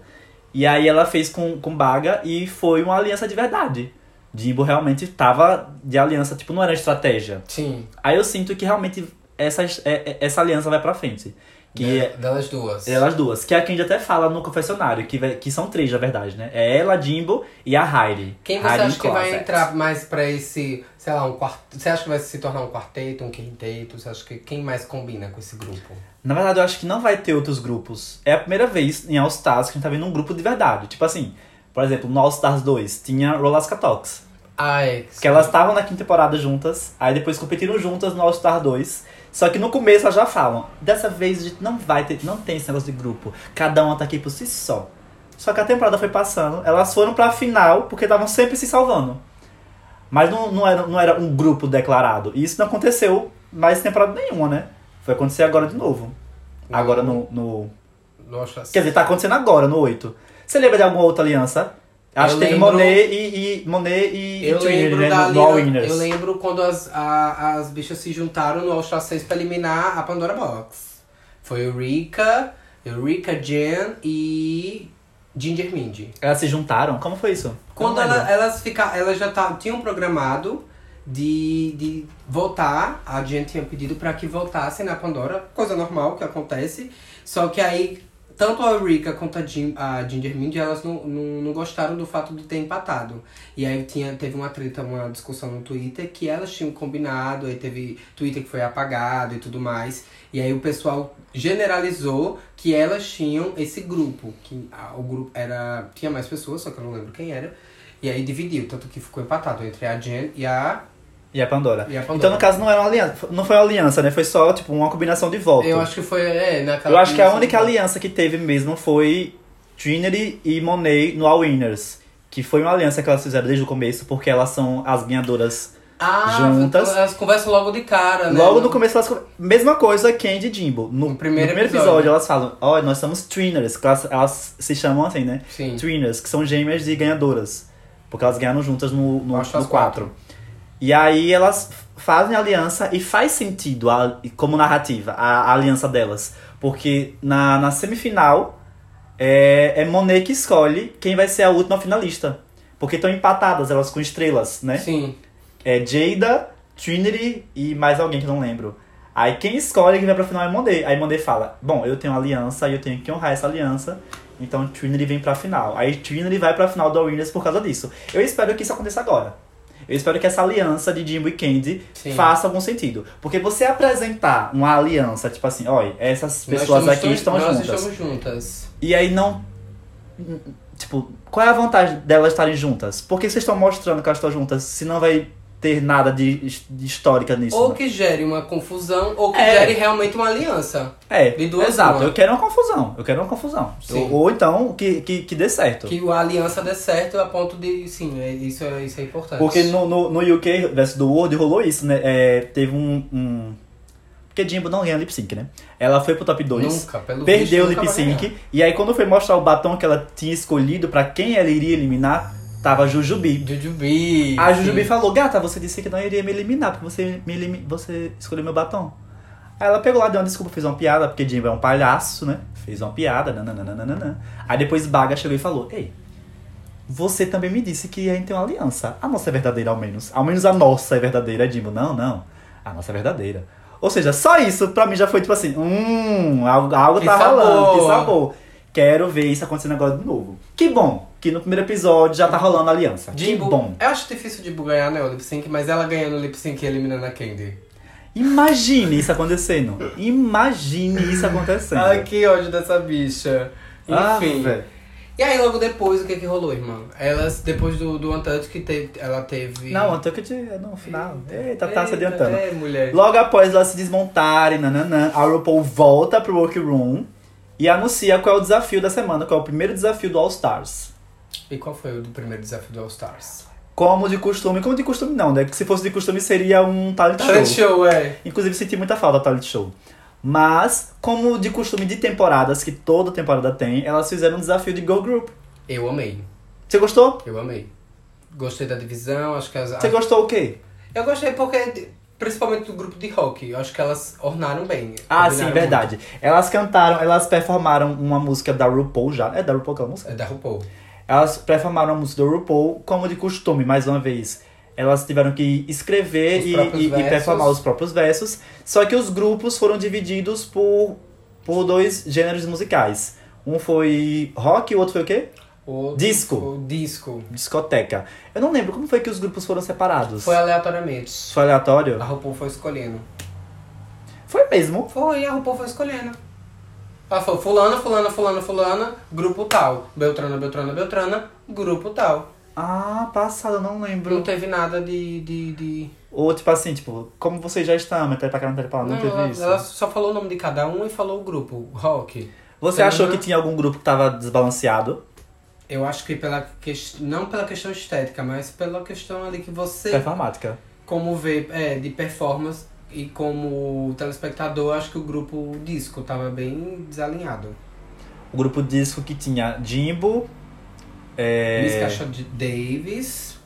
Speaker 1: E aí ela fez com, com Baga e foi uma aliança de verdade. Jimbo realmente tava de aliança, tipo, não era estratégia.
Speaker 2: Sim.
Speaker 1: Aí eu sinto que realmente essa, é- é- essa aliança vai pra frente. Que é
Speaker 2: de- Delas duas.
Speaker 1: Elas duas. Que a Candy até fala no confessionário, que, vai- que são três, na verdade, né? É ela, Jimbo e a Hailey.
Speaker 2: Quem você
Speaker 1: Hailey
Speaker 2: acha que vai
Speaker 1: Closet.
Speaker 2: entrar mais pra esse, sei lá, um quarto. Você acha que vai se tornar um quarteto, um quinteto? Você acha que quem mais combina com esse grupo?
Speaker 1: Na verdade, eu acho que não vai ter outros grupos. É a primeira vez em All Stars que a gente tá vendo um grupo de verdade. Tipo assim, por exemplo, no All Stars 2 tinha Rolasca Talks.
Speaker 2: Ai,
Speaker 1: Que elas estavam na quinta temporada juntas, aí depois competiram juntas no All Star 2. Só que no começo elas já falam, dessa vez a gente não vai ter, não tem esse negócio de grupo. Cada uma tá aqui por si só. Só que a temporada foi passando, elas foram pra final porque estavam sempre se salvando. Mas não, não, era, não era um grupo declarado. E isso não aconteceu mais em temporada nenhuma, né? Foi acontecer agora de novo. Agora no. no...
Speaker 2: Nossa,
Speaker 1: Quer dizer, tá acontecendo agora, no 8. Você lembra de alguma outra aliança? Acho
Speaker 2: Eu
Speaker 1: que teve
Speaker 2: lembro-
Speaker 1: Monet e, e- Monet e, e
Speaker 2: eu
Speaker 1: Trinity,
Speaker 2: lembro
Speaker 1: né?
Speaker 2: da
Speaker 1: no, no All
Speaker 2: Lina-
Speaker 1: Winners.
Speaker 2: Eu lembro quando as, a- as bichas se juntaram no All Star 6 pra eliminar a Pandora Box. Foi Eureka, Eureka Jen e Ginger Mindy.
Speaker 1: Elas se juntaram? Como foi isso?
Speaker 2: Quando
Speaker 1: Não lembro.
Speaker 2: ela- elas fica, elas já tá, tinham programado de, de voltar, a gente tinha pedido pra que voltassem na Pandora, coisa normal que acontece. Só que aí, tanto a Eureka quanto a, Jim, a Ginger Mind, elas não, não, não gostaram do fato de ter empatado. E aí tinha, teve uma treta, uma discussão no Twitter que elas tinham combinado, aí teve Twitter que foi apagado e tudo mais. E aí o pessoal generalizou que elas tinham esse grupo, que ah, o grupo era tinha mais pessoas, só que eu não lembro quem era. E aí dividiu, tanto que ficou empatado entre a Jen e a,
Speaker 1: E a Pandora.
Speaker 2: e a Pandora.
Speaker 1: Então, no caso, não era uma aliança. Não foi uma aliança, né? Foi só, tipo, uma combinação de voto.
Speaker 2: eu acho que foi é, naquela
Speaker 1: Eu acho que a única
Speaker 2: combinação.
Speaker 1: aliança que teve mesmo foi Trinity e Monet no All Winners. Que foi uma aliança que elas fizeram desde o começo, porque elas são as ganhadoras.
Speaker 2: ah,
Speaker 1: juntas.
Speaker 2: então Elas conversam logo de cara, né?
Speaker 1: Logo no começo, elas... mesma coisa Candy e Jimbo. No,
Speaker 2: No primeiro
Speaker 1: episódio.
Speaker 2: episódio, né?
Speaker 1: elas falam, ó, nós somos Triners. que Elas, elas se chamam assim, né?
Speaker 2: Sim.
Speaker 1: Twinners, que são gêmeas de ganhadoras. Porque elas ganharam juntas no, no,
Speaker 2: Acho as
Speaker 1: 4. E aí elas f- fazem aliança e faz sentido a- como narrativa a, a aliança delas. Porque na, na semifinal é, é Monet que escolhe quem vai ser a última finalista. Porque estão empatadas elas com estrelas, né?
Speaker 2: Sim.
Speaker 1: É Jada, Trinity e mais alguém que eu não lembro. Aí quem escolhe quem vai pra final é Monday. Aí Monday fala: Bom, eu tenho uma aliança e eu tenho que honrar essa aliança. Então Trinity vem pra final. Aí Trinity vai pra final do Winners por causa disso. Eu espero que isso aconteça agora. Eu espero que essa aliança de Jimbo e Candy
Speaker 2: Sim.
Speaker 1: faça algum sentido. Porque você apresentar uma aliança, tipo assim, olha, essas
Speaker 2: Nós
Speaker 1: pessoas
Speaker 2: estamos
Speaker 1: aqui
Speaker 2: tão-
Speaker 1: estão
Speaker 2: nós
Speaker 1: juntas.
Speaker 2: estamos juntas.
Speaker 1: E aí não. Tipo, qual é a vantagem delas estarem juntas? Por que vocês estão mostrando que elas estão juntas se não vai ter nada de, his- de histórica nisso?
Speaker 2: Ou
Speaker 1: né?
Speaker 2: que gere uma confusão, ou que
Speaker 1: É.
Speaker 2: gere realmente uma aliança.
Speaker 1: É,
Speaker 2: de duas,
Speaker 1: exato.
Speaker 2: uma.
Speaker 1: Eu quero uma confusão. Eu quero uma confusão.
Speaker 2: Sim.
Speaker 1: Ou, ou então que, que, que dê certo.
Speaker 2: Que a aliança dê certo a ponto de. Sim, é- isso é, isso é importante.
Speaker 1: Porque no, no, no UK versus do World rolou isso, né? É, teve um, um- Porque Jimbo não ganha lip sync, né? Ela foi pro top 2.
Speaker 2: Nunca, pelo
Speaker 1: Perdeu o
Speaker 2: visto,
Speaker 1: lip
Speaker 2: nunca vai
Speaker 1: sync. E aí, quando foi mostrar o batom que ela tinha escolhido pra quem ela iria eliminar, tava Jujubi.
Speaker 2: ganhar. Jujubi.
Speaker 1: A Jujubi falou, gata, você disse que não iria me eliminar, porque você, me elimi- você escolheu meu batom. Aí ela pegou lá, deu uma desculpa, fez uma piada, porque Jimbo é um palhaço, né? Fez uma piada, nananana. Aí depois Baga chegou e falou, ei, você também me disse que a gente tem uma aliança. A nossa é verdadeira, ao menos. Ao menos a nossa é verdadeira, Jimbo. Não, não. A nossa é verdadeira. Ou seja, só isso pra mim já foi tipo assim, hum, algo, algo
Speaker 2: Que
Speaker 1: tá
Speaker 2: sabor.
Speaker 1: rolando, que sabor. Quero ver isso acontecendo agora de novo. Que bom que no primeiro episódio já tá rolando a aliança.
Speaker 2: Jimbo,
Speaker 1: que bom.
Speaker 2: Eu acho difícil de ganhar, né, o lip sync, mas ela ganhando o lip sync e eliminando a Candy.
Speaker 1: Imagine isso acontecendo. Imagine isso acontecendo.
Speaker 2: Ai, que ódio dessa bicha.
Speaker 1: Ah,
Speaker 2: Enfim.
Speaker 1: velho.
Speaker 2: e aí, logo depois, o que que rolou, irmão? Elas, depois do, do Untouched, que teve, ela teve...
Speaker 1: Não, até que é no final. Eita, tá se adiantando.
Speaker 2: É, mulher.
Speaker 1: Logo após elas se desmontarem, nananã, a RuPaul volta pro workroom e anuncia qual é o desafio da semana, qual é o primeiro desafio do All Stars.
Speaker 2: E qual foi o do primeiro desafio do All Stars?
Speaker 1: Como de costume, como de costume não, né? Porque se fosse de costume seria um talent show.
Speaker 2: Talent show, é.
Speaker 1: Inclusive senti muita falta do talent show. Mas, como de costume de temporadas, que toda temporada tem, elas fizeram um desafio de Go Group.
Speaker 2: Eu amei.
Speaker 1: Você gostou?
Speaker 2: Eu amei. Gostei da divisão, acho que as...
Speaker 1: Você gostou o quê?
Speaker 2: Eu gostei porque, principalmente do grupo de rock, eu acho que elas ornaram bem.
Speaker 1: Ah,
Speaker 2: combinaram
Speaker 1: sim, verdade. Elas cantaram, elas performaram uma música da RuPaul já. É da RuPaul aquela
Speaker 2: muito.
Speaker 1: música?
Speaker 2: É da RuPaul.
Speaker 1: Elas performaram a música do RuPaul como de costume, mais uma vez. Elas tiveram que escrever
Speaker 2: Os
Speaker 1: e,
Speaker 2: próprios
Speaker 1: e- e
Speaker 2: versos.
Speaker 1: performar os próprios versos. Só que os grupos foram divididos por, por dois gêneros musicais. Um foi rock e o outro foi o quê?
Speaker 2: O
Speaker 1: Disco.
Speaker 2: O disco.
Speaker 1: Discoteca. Eu não lembro como foi que os grupos foram separados.
Speaker 2: Foi aleatoriamente.
Speaker 1: Foi aleatório?
Speaker 2: A RuPaul foi escolhendo.
Speaker 1: Foi mesmo.
Speaker 2: Foi, a RuPaul foi escolhendo. Ela falou, Ah, fulana, fulana, fulana, fulana, grupo tal. Beltrana, Beltrana, Beltrana, grupo tal.
Speaker 1: Ah, passado, eu não
Speaker 2: Não
Speaker 1: lembro.
Speaker 2: teve nada de... de, de...
Speaker 1: Ou tipo assim, tipo, como vocês já estão, metade pra cá, metade pra lá, não, teve
Speaker 2: ela,
Speaker 1: isso.
Speaker 2: ela só falou o nome de cada um e falou o grupo, rock.
Speaker 1: Você achou
Speaker 2: Uhum.
Speaker 1: que tinha algum grupo que tava desbalanceado?
Speaker 2: Eu acho que pela ques- não pela questão estética, mas pela questão ali que você,
Speaker 1: Performática.
Speaker 2: como vê é, de performance e como telespectador, acho que o grupo disco tava bem desalinhado.
Speaker 1: O grupo disco que tinha Jimbo. É...
Speaker 2: Miss Caixa de- Davis,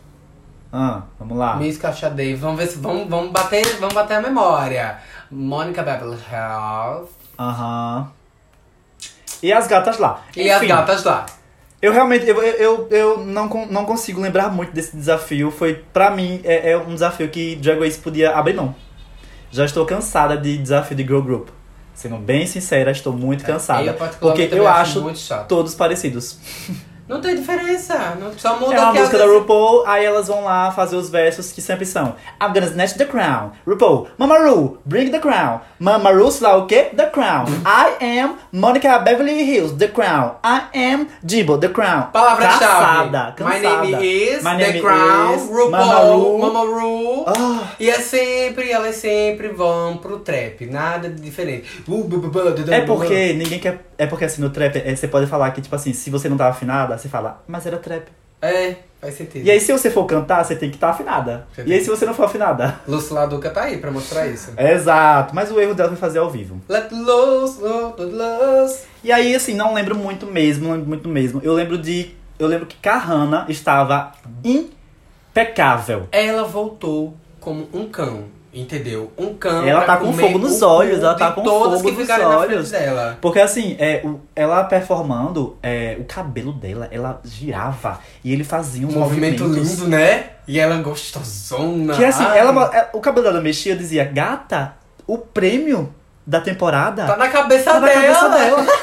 Speaker 1: Ah, vamos lá.
Speaker 2: Miss Caixa Davis, vamos ver se vamos, vamos bater, vamos bater a memória. Mônica Beverly Hills
Speaker 1: Aham. E as gatas lá.
Speaker 2: e as
Speaker 1: Enfim,
Speaker 2: gatas lá.
Speaker 1: Eu realmente, eu, eu, eu não, con- não consigo lembrar muito desse desafio. Foi, pra mim, é, é um desafio que Drag Race podia abrir mão. Já estou cansada de desafio de girl group. Sendo bem sincera, estou muito cansada.
Speaker 2: Eu, particularmente,
Speaker 1: porque eu
Speaker 2: também
Speaker 1: acho
Speaker 2: muito chato.
Speaker 1: todos parecidos.
Speaker 2: Não tem diferença, não, só muda
Speaker 1: É uma
Speaker 2: que às
Speaker 1: música da
Speaker 2: vezes-
Speaker 1: RuPaul, aí elas vão lá fazer os versos que sempre são I'm gonna snatch the crown, RuPaul, Mama Ru, bring the crown, Mama Ru, sei lá o quê? The crown, I am Monica Beverly Hills, the crown, I am Dibo, the crown.
Speaker 2: Palavra-chave.
Speaker 1: Cansada,
Speaker 2: My
Speaker 1: cansada.
Speaker 2: name is
Speaker 1: My
Speaker 2: The
Speaker 1: name
Speaker 2: Crown,
Speaker 1: is Mama Ru.
Speaker 2: RuPaul, Mama Ru.
Speaker 1: Ah,
Speaker 2: E é sempre, elas sempre vão pro trap, nada de diferente. Uh, bu, bu, bu, du, du,
Speaker 1: é
Speaker 2: bu, bu.
Speaker 1: porque ninguém quer. É porque assim no trap, é, você pode falar que, tipo assim, se você não tá afinada, você fala, mas era trap.
Speaker 2: É, faz sentido.
Speaker 1: E aí, se você for cantar, você tem que estar afinada.
Speaker 2: Você
Speaker 1: E
Speaker 2: tem
Speaker 1: aí, se você não for afinada.
Speaker 2: Lúcio Laduca tá aí pra mostrar isso.
Speaker 1: Exato, mas o erro dela foi fazer ao vivo.
Speaker 2: Let loose, loose, loose.
Speaker 1: E aí, assim, não lembro muito mesmo, não lembro muito mesmo. Eu lembro de. Eu lembro que Kahana estava impecável.
Speaker 2: Ela voltou como um cão, entendeu? Um cão
Speaker 1: Ela
Speaker 2: pra
Speaker 1: tá com
Speaker 2: comer
Speaker 1: fogo
Speaker 2: o
Speaker 1: nos
Speaker 2: cu
Speaker 1: olhos, ela
Speaker 2: de
Speaker 1: tá com
Speaker 2: todas
Speaker 1: fogo
Speaker 2: que
Speaker 1: nos
Speaker 2: ficarem na frente
Speaker 1: olhos.
Speaker 2: dela.
Speaker 1: Porque assim, é, o- ela performando, é, o cabelo dela, ela girava. E ele fazia um
Speaker 2: Um movimento lindo, né? E ela gostosona.
Speaker 1: Que assim,
Speaker 2: Ai,
Speaker 1: ela, ela- o cabelo dela mexia, eu dizia, gata, o prêmio da temporada
Speaker 2: Tá na cabeça
Speaker 1: tá na
Speaker 2: dela.
Speaker 1: cabeça dela.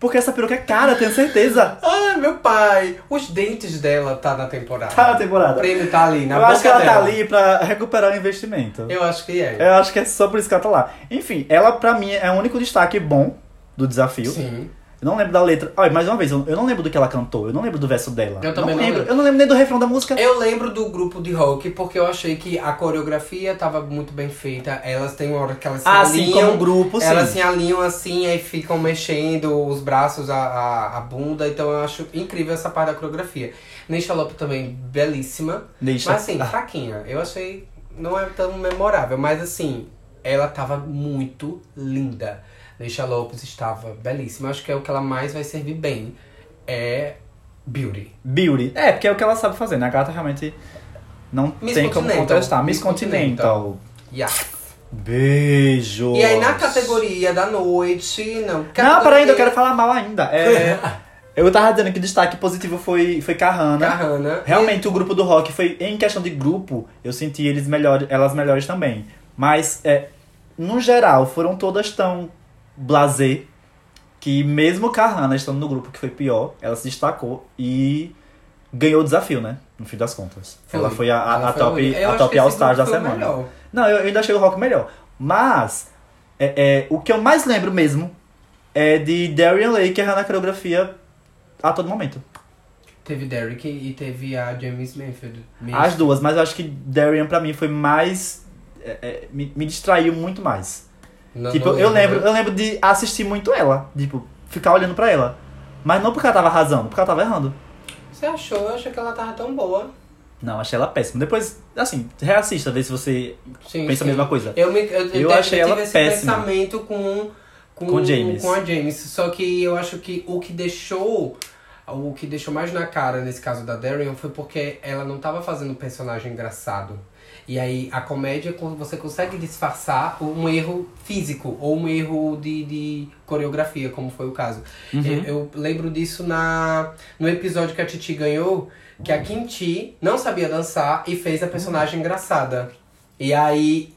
Speaker 1: Porque essa peruca é cara, tenho certeza.
Speaker 2: Ai, meu pai. Os dentes dela tá na temporada.
Speaker 1: Tá na
Speaker 2: O
Speaker 1: temporada.
Speaker 2: prêmio tá ali, na
Speaker 1: eu
Speaker 2: boca
Speaker 1: acho que ela
Speaker 2: dela.
Speaker 1: tá ali pra recuperar o investimento.
Speaker 2: Eu acho que é.
Speaker 1: Eu acho que é só por isso que ela tá lá. Enfim, ela pra mim é o único destaque bom do desafio.
Speaker 2: Sim.
Speaker 1: Eu não lembro da letra. Olha, mais uma vez, eu eu não lembro do que ela cantou. Eu não lembro do verso dela.
Speaker 2: Eu também não
Speaker 1: lembro.
Speaker 2: lembro.
Speaker 1: Eu não lembro nem do refrão da música.
Speaker 2: Eu lembro do grupo de rock porque eu achei que a coreografia tava muito bem feita. Elas têm uma hora que elas se
Speaker 1: Ah, sim,
Speaker 2: alinham.
Speaker 1: como grupo, sim.
Speaker 2: elas se alinham assim aí ficam mexendo os braços, a, a, a bunda. Então eu acho incrível essa parte da coreografia. Neisha Lopes também belíssima.
Speaker 1: Deixa.
Speaker 2: Mas assim, fraquinha. Eu achei. Não é tão memorável, mas assim, ela tava muito linda. Deixa Lopes estava belíssima. Acho que é o que ela mais vai servir bem. É beauty.
Speaker 1: Beauty. É, porque é o que ela sabe fazer, né? A gata realmente não
Speaker 2: Miss
Speaker 1: tem como
Speaker 2: Continental.
Speaker 1: contestar. Miss
Speaker 2: Miss Continental.
Speaker 1: Continental.
Speaker 2: Yeah.
Speaker 1: Beijo.
Speaker 2: E aí na categoria da noite, não.
Speaker 1: Não, peraí, ainda eu
Speaker 2: categoria
Speaker 1: quero falar mal ainda. É, eu tava dizendo que o destaque positivo foi, foi Kahana.
Speaker 2: da Hannah.
Speaker 1: Realmente, o grupo do rock foi, em questão de grupo, eu senti eles melhores, elas melhores também. Mas, é, no geral, foram todas tão blasé que mesmo Carrana estando no grupo que foi pior, ela se destacou e ganhou o desafio, né? No fim das contas. Ela foi a, a-
Speaker 2: Ela
Speaker 1: a
Speaker 2: foi
Speaker 1: top,
Speaker 2: única. Eu
Speaker 1: a
Speaker 2: acho
Speaker 1: top
Speaker 2: que esse
Speaker 1: All-Star da
Speaker 2: grupo foi o
Speaker 1: semana.
Speaker 2: melhor.
Speaker 1: Não, eu, eu ainda achei o rock melhor. Mas, é, é, o que eu mais lembro mesmo é de Darian Lake errando a coreografia a todo momento.
Speaker 2: Teve Derrick e teve a James Manfield.
Speaker 1: As duas, mas eu acho que Darian pra mim foi mais. é, é, me, me distraiu muito mais.
Speaker 2: Não-
Speaker 1: tipo,
Speaker 2: não
Speaker 1: eu lembro, eu lembro de assistir muito ela. Tipo, ficar olhando pra ela. Mas não porque ela tava arrasando, porque ela tava errando.
Speaker 2: Você achou? Eu achei que ela tava tão boa.
Speaker 1: Não, achei ela péssima. Depois, assim, reassista, vê se você
Speaker 2: Sim,
Speaker 1: pensa
Speaker 2: sim.
Speaker 1: a mesma coisa.
Speaker 2: Eu, me, eu, eu te-
Speaker 1: achei
Speaker 2: eu tive
Speaker 1: ela
Speaker 2: esse
Speaker 1: péssima.
Speaker 2: pensamento com, com,
Speaker 1: Com James.
Speaker 2: com a James. Só que eu acho que o que deixou O que deixou mais na cara nesse caso da Darion foi porque ela não tava fazendo um personagem engraçado. E aí a comédia quando você consegue disfarçar um erro físico ou um erro de, de coreografia, como foi o caso. Eu, eu lembro disso na no episódio que a Titi ganhou, que a Kim Chi não sabia dançar e fez a personagem engraçada. E aí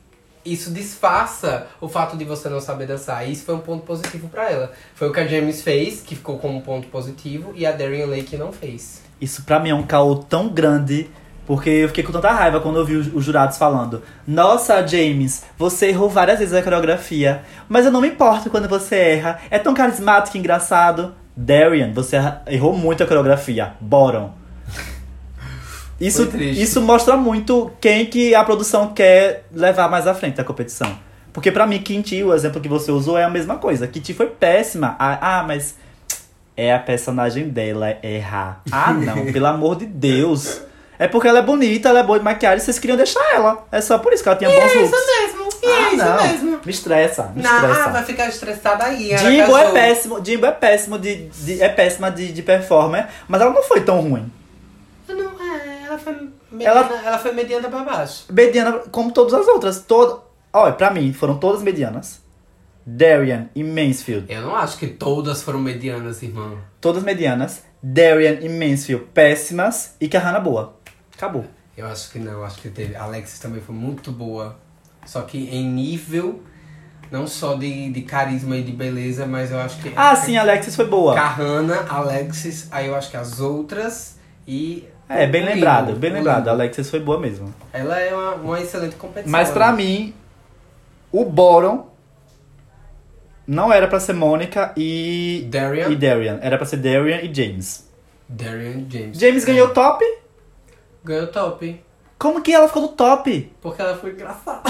Speaker 2: isso disfarça o fato de você não saber dançar. E isso foi um ponto positivo pra ela. Foi o que a James fez, que ficou como um ponto positivo, e a Darian Lake não fez.
Speaker 1: Isso pra mim é um caô tão grande, porque eu fiquei com tanta raiva quando eu vi os os jurados falando: Nossa, James, você errou várias vezes a coreografia, mas eu não me importo quando você erra, é tão carismático e engraçado. Darian, você erra- errou muito a coreografia, Boron. Isso,
Speaker 2: Foi triste.
Speaker 1: isso mostra muito quem que a produção quer levar mais à frente da competição. Porque pra mim, Kinti, o exemplo que você usou, é a mesma coisa. Kinti foi péssima. Ah, ah, mas é a personagem dela errar. Ah, não, pelo amor de Deus. É porque ela é bonita, ela é boa de maquiagem, vocês queriam deixar ela. É só por isso que ela tinha bons looks.
Speaker 2: mesmo,
Speaker 1: ah, não. Me estressa, me
Speaker 2: Não, ah,
Speaker 1: estressa.
Speaker 2: vai ficar estressada aí. ela
Speaker 1: Jimbo é
Speaker 2: casou.
Speaker 1: péssimo, Jimbo é péssimo de, de- é péssima de, de performer, mas ela não foi tão ruim.
Speaker 2: Eu Não, é, ela foi mediana,
Speaker 1: Ela-
Speaker 2: ela... foi mediana pra baixo.
Speaker 1: Mediana, como todas as outras. Todo... Olha, pra mim, foram todas medianas. Darian e Mansfield,
Speaker 2: Eu não acho que todas foram medianas, irmão.
Speaker 1: todas medianas. Darian e Mansfield, péssimas. E Kahana, é boa. Acabou.
Speaker 2: Eu acho que não, eu acho que teve. Alexis também foi muito boa. Só que em nível, não só de, de carisma e de beleza, mas eu acho que.
Speaker 1: Ah, sim, Alexis foi boa.
Speaker 2: Carrana, Alexis, aí eu acho que as outras e.
Speaker 1: É, bem
Speaker 2: o Lino,
Speaker 1: lembrado, bem
Speaker 2: o
Speaker 1: lembrado.
Speaker 2: Lino.
Speaker 1: Alexis foi boa mesmo.
Speaker 2: Ela é uma, uma excelente competição. né?
Speaker 1: Mas pra mim, o Boron não era pra ser Mônica e,
Speaker 2: Darian.
Speaker 1: e Darian. Era pra ser Darian e James.
Speaker 2: Darian James.
Speaker 1: James ganhou top?
Speaker 2: Ganhou top.
Speaker 1: Como que ela ficou no top?
Speaker 2: Porque ela foi engraçada.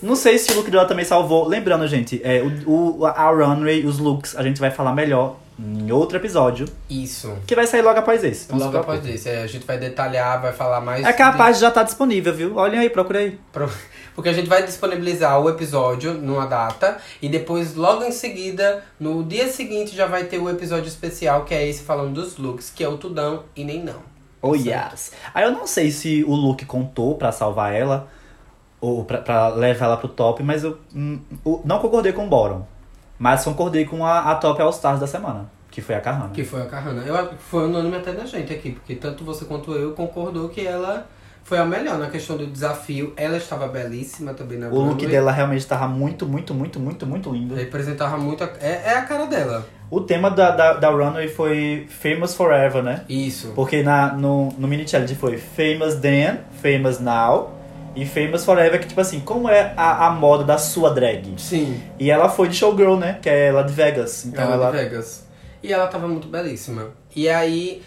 Speaker 1: Não sei se o look dela também salvou. Lembrando, gente, é, o, o- a runway, os looks, a gente vai falar melhor em outro episódio,
Speaker 2: Isso.
Speaker 1: que vai sair logo após esse. Não se
Speaker 2: Logo
Speaker 1: preocupe.
Speaker 2: após isso, é, a gente vai detalhar, vai falar mais.
Speaker 1: É capaz de já estar disponível, viu? Olhem aí, procura aí.
Speaker 2: de- pro- Porque a gente vai disponibilizar o episódio numa data e depois, logo em seguida, no dia seguinte, já vai ter o episódio especial, que é esse falando dos looks, que é o Tudão e nem não.
Speaker 1: Oh
Speaker 2: Certo.
Speaker 1: yes. Aí eu não sei se o Luke contou pra salvar ela ou pra, pra levar ela pro top, mas eu hum, o- não concordei com o Boron. Mas concordei com a, a top All Stars da semana, que foi a Carrana.
Speaker 2: Que foi a Carrana. Eu, acho que foi anônimo até da gente aqui, porque tanto você quanto eu concordou que ela foi a melhor na questão do desafio. Ela estava belíssima também na
Speaker 1: O look
Speaker 2: runway.
Speaker 1: dela realmente tava muito, muito, muito, muito, muito lindo.
Speaker 2: Representava muito. A... É, é a cara dela.
Speaker 1: O tema da, da, da runway foi Famous Forever, né?
Speaker 2: Isso.
Speaker 1: Porque na, no, no mini challenge foi Famous Then, Famous Now e Famous Forever, que tipo assim, como é a, a moda da sua drag?
Speaker 2: Sim.
Speaker 1: E ela foi de showgirl, né? Que é lá de Vegas. Então
Speaker 2: ela
Speaker 1: ela.
Speaker 2: de Vegas. E ela tava muito belíssima. E aí,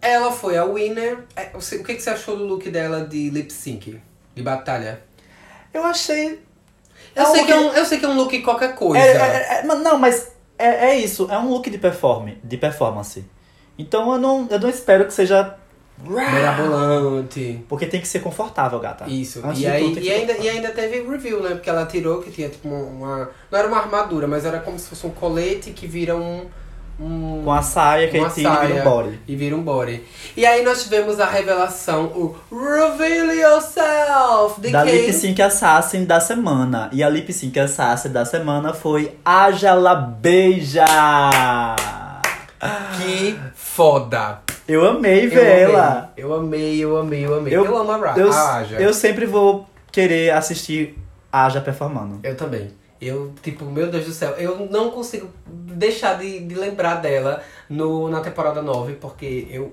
Speaker 2: ela foi a winner. É, você- O que, que você achou do look dela de lip sync? De batalha?
Speaker 1: Eu achei
Speaker 2: Eu,
Speaker 1: É um
Speaker 2: sei,
Speaker 1: look-
Speaker 2: que é um, eu sei que é um look qualquer coisa.
Speaker 1: É, é, é, é, mas não, mas é, é isso. É um look de, perform, de performance. Então eu não, eu não espero que seja. é.
Speaker 2: Mirabolante.
Speaker 1: Porque tem que ser confortável, gata.
Speaker 2: Isso.
Speaker 1: Tá. Antes
Speaker 2: E,
Speaker 1: de
Speaker 2: aí,
Speaker 1: tudo, tem
Speaker 2: e,
Speaker 1: que-
Speaker 2: ainda, e ainda teve review, né? Porque ela tirou que tinha tipo uma. Não era uma armadura, mas era como se fosse um colete que vira um. um-
Speaker 1: Com a saia que
Speaker 2: uma
Speaker 1: ele tira e
Speaker 2: saia.
Speaker 1: no body.
Speaker 2: E vira um body. E aí nós tivemos a revelação, o Reveal Yourself! De
Speaker 1: Da
Speaker 2: quem?
Speaker 1: Lip Sync Assassin da semana. E a Lip Sync Assassin da semana foi Ajala Beija!
Speaker 2: Que foda!
Speaker 1: Eu amei
Speaker 2: Eu
Speaker 1: ver ela.
Speaker 2: amei, eu amei, eu amei, eu amei. Eu, amo a Ra.
Speaker 1: eu,
Speaker 2: a Aja.
Speaker 1: eu sempre vou querer assistir a Aja performando.
Speaker 2: Eu também. Eu, tipo, meu Deus do céu, eu não consigo deixar de, de lembrar dela no, na temporada 9, porque eu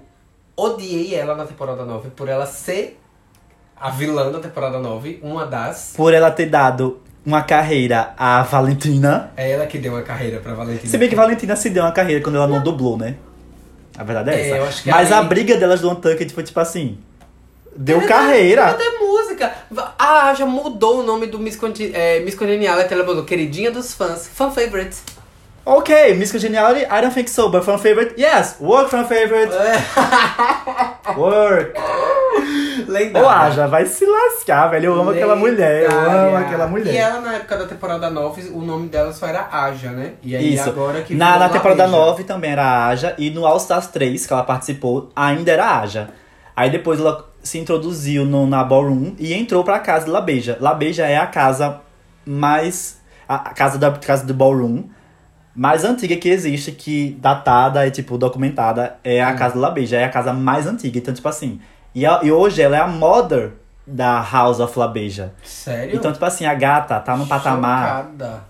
Speaker 2: odiei ela na temporada 9 por ela ser a vilã da temporada 9, uma das.
Speaker 1: Por ela ter dado uma carreira à Valentina.
Speaker 2: É ela que deu uma carreira pra Valentina.
Speaker 1: Se bem que Valentina se deu uma carreira quando ela não dublou, né? A verdade é
Speaker 2: É,
Speaker 1: essa.
Speaker 2: eu acho que
Speaker 1: Mas a
Speaker 2: aí-
Speaker 1: briga delas do Untucked foi tipo assim. Deu
Speaker 2: Ela é
Speaker 1: carreira.
Speaker 2: Até música. Ah, já mudou o nome do Miss, Conti é, Miss Congenial. Ela botou queridinha dos fãs. Fan favorite.
Speaker 1: Ok, Miss Congeniality, I
Speaker 2: É.
Speaker 1: don't think so, but fan favorite, yes, work fan favorite, work.
Speaker 2: Lendária.
Speaker 1: Ou
Speaker 2: né?
Speaker 1: haja, vai se lascar, velho. Eu amo aquela mulher, eu amo
Speaker 2: Lendária.
Speaker 1: aquela mulher.
Speaker 2: E ela, na época da temporada 9, o nome dela só era Aja, né? E aí
Speaker 1: Isso.
Speaker 2: agora que.
Speaker 1: Na,
Speaker 2: virou
Speaker 1: na temporada
Speaker 2: Laveja.
Speaker 1: 9 também era a Aja, e no All Stars 3, que ela participou, ainda era a Aja. Aí depois ela se introduziu no, na Ballroom e entrou pra casa de Labeja. Labeja é a casa mais. a a casa da casa do Ballroom mais antiga que existe, que datada e, tipo, documentada, é a casa de Labeja. É a casa mais antiga. Então, tipo assim. E, a- e hoje ela é a mother da House of Labeja.
Speaker 2: Sério?
Speaker 1: Então, tipo assim, a gata tá num patamar
Speaker 2: Chocada.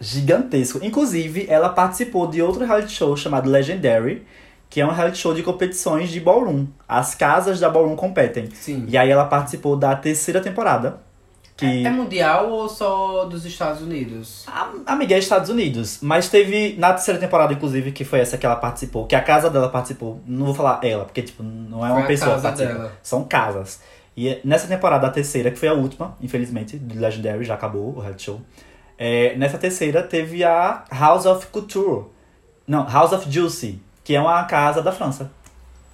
Speaker 1: gigantesco. Inclusive, ela participou de outro reality show chamado Legendary, que é um reality show de competições de ballroom. As casas da ballroom competem.
Speaker 2: Sim.
Speaker 1: E aí ela participou da terceira temporada, que
Speaker 2: É mundial ou só dos Estados Unidos?
Speaker 1: a, amiga é Estados Unidos, mas teve na terceira temporada inclusive, que foi essa que ela participou, que a casa dela participou. Não vou falar ela, porque tipo, não é
Speaker 2: Foi
Speaker 1: uma
Speaker 2: a
Speaker 1: pessoa que
Speaker 2: casa
Speaker 1: participa.
Speaker 2: dela.
Speaker 1: São casas. E eh, nessa temporada, a terceira, que foi a última, infelizmente, de Legendary, já acabou o reality show. É, nessa terceira teve a House of Couture. Não, House of Juicy, que é uma casa da França.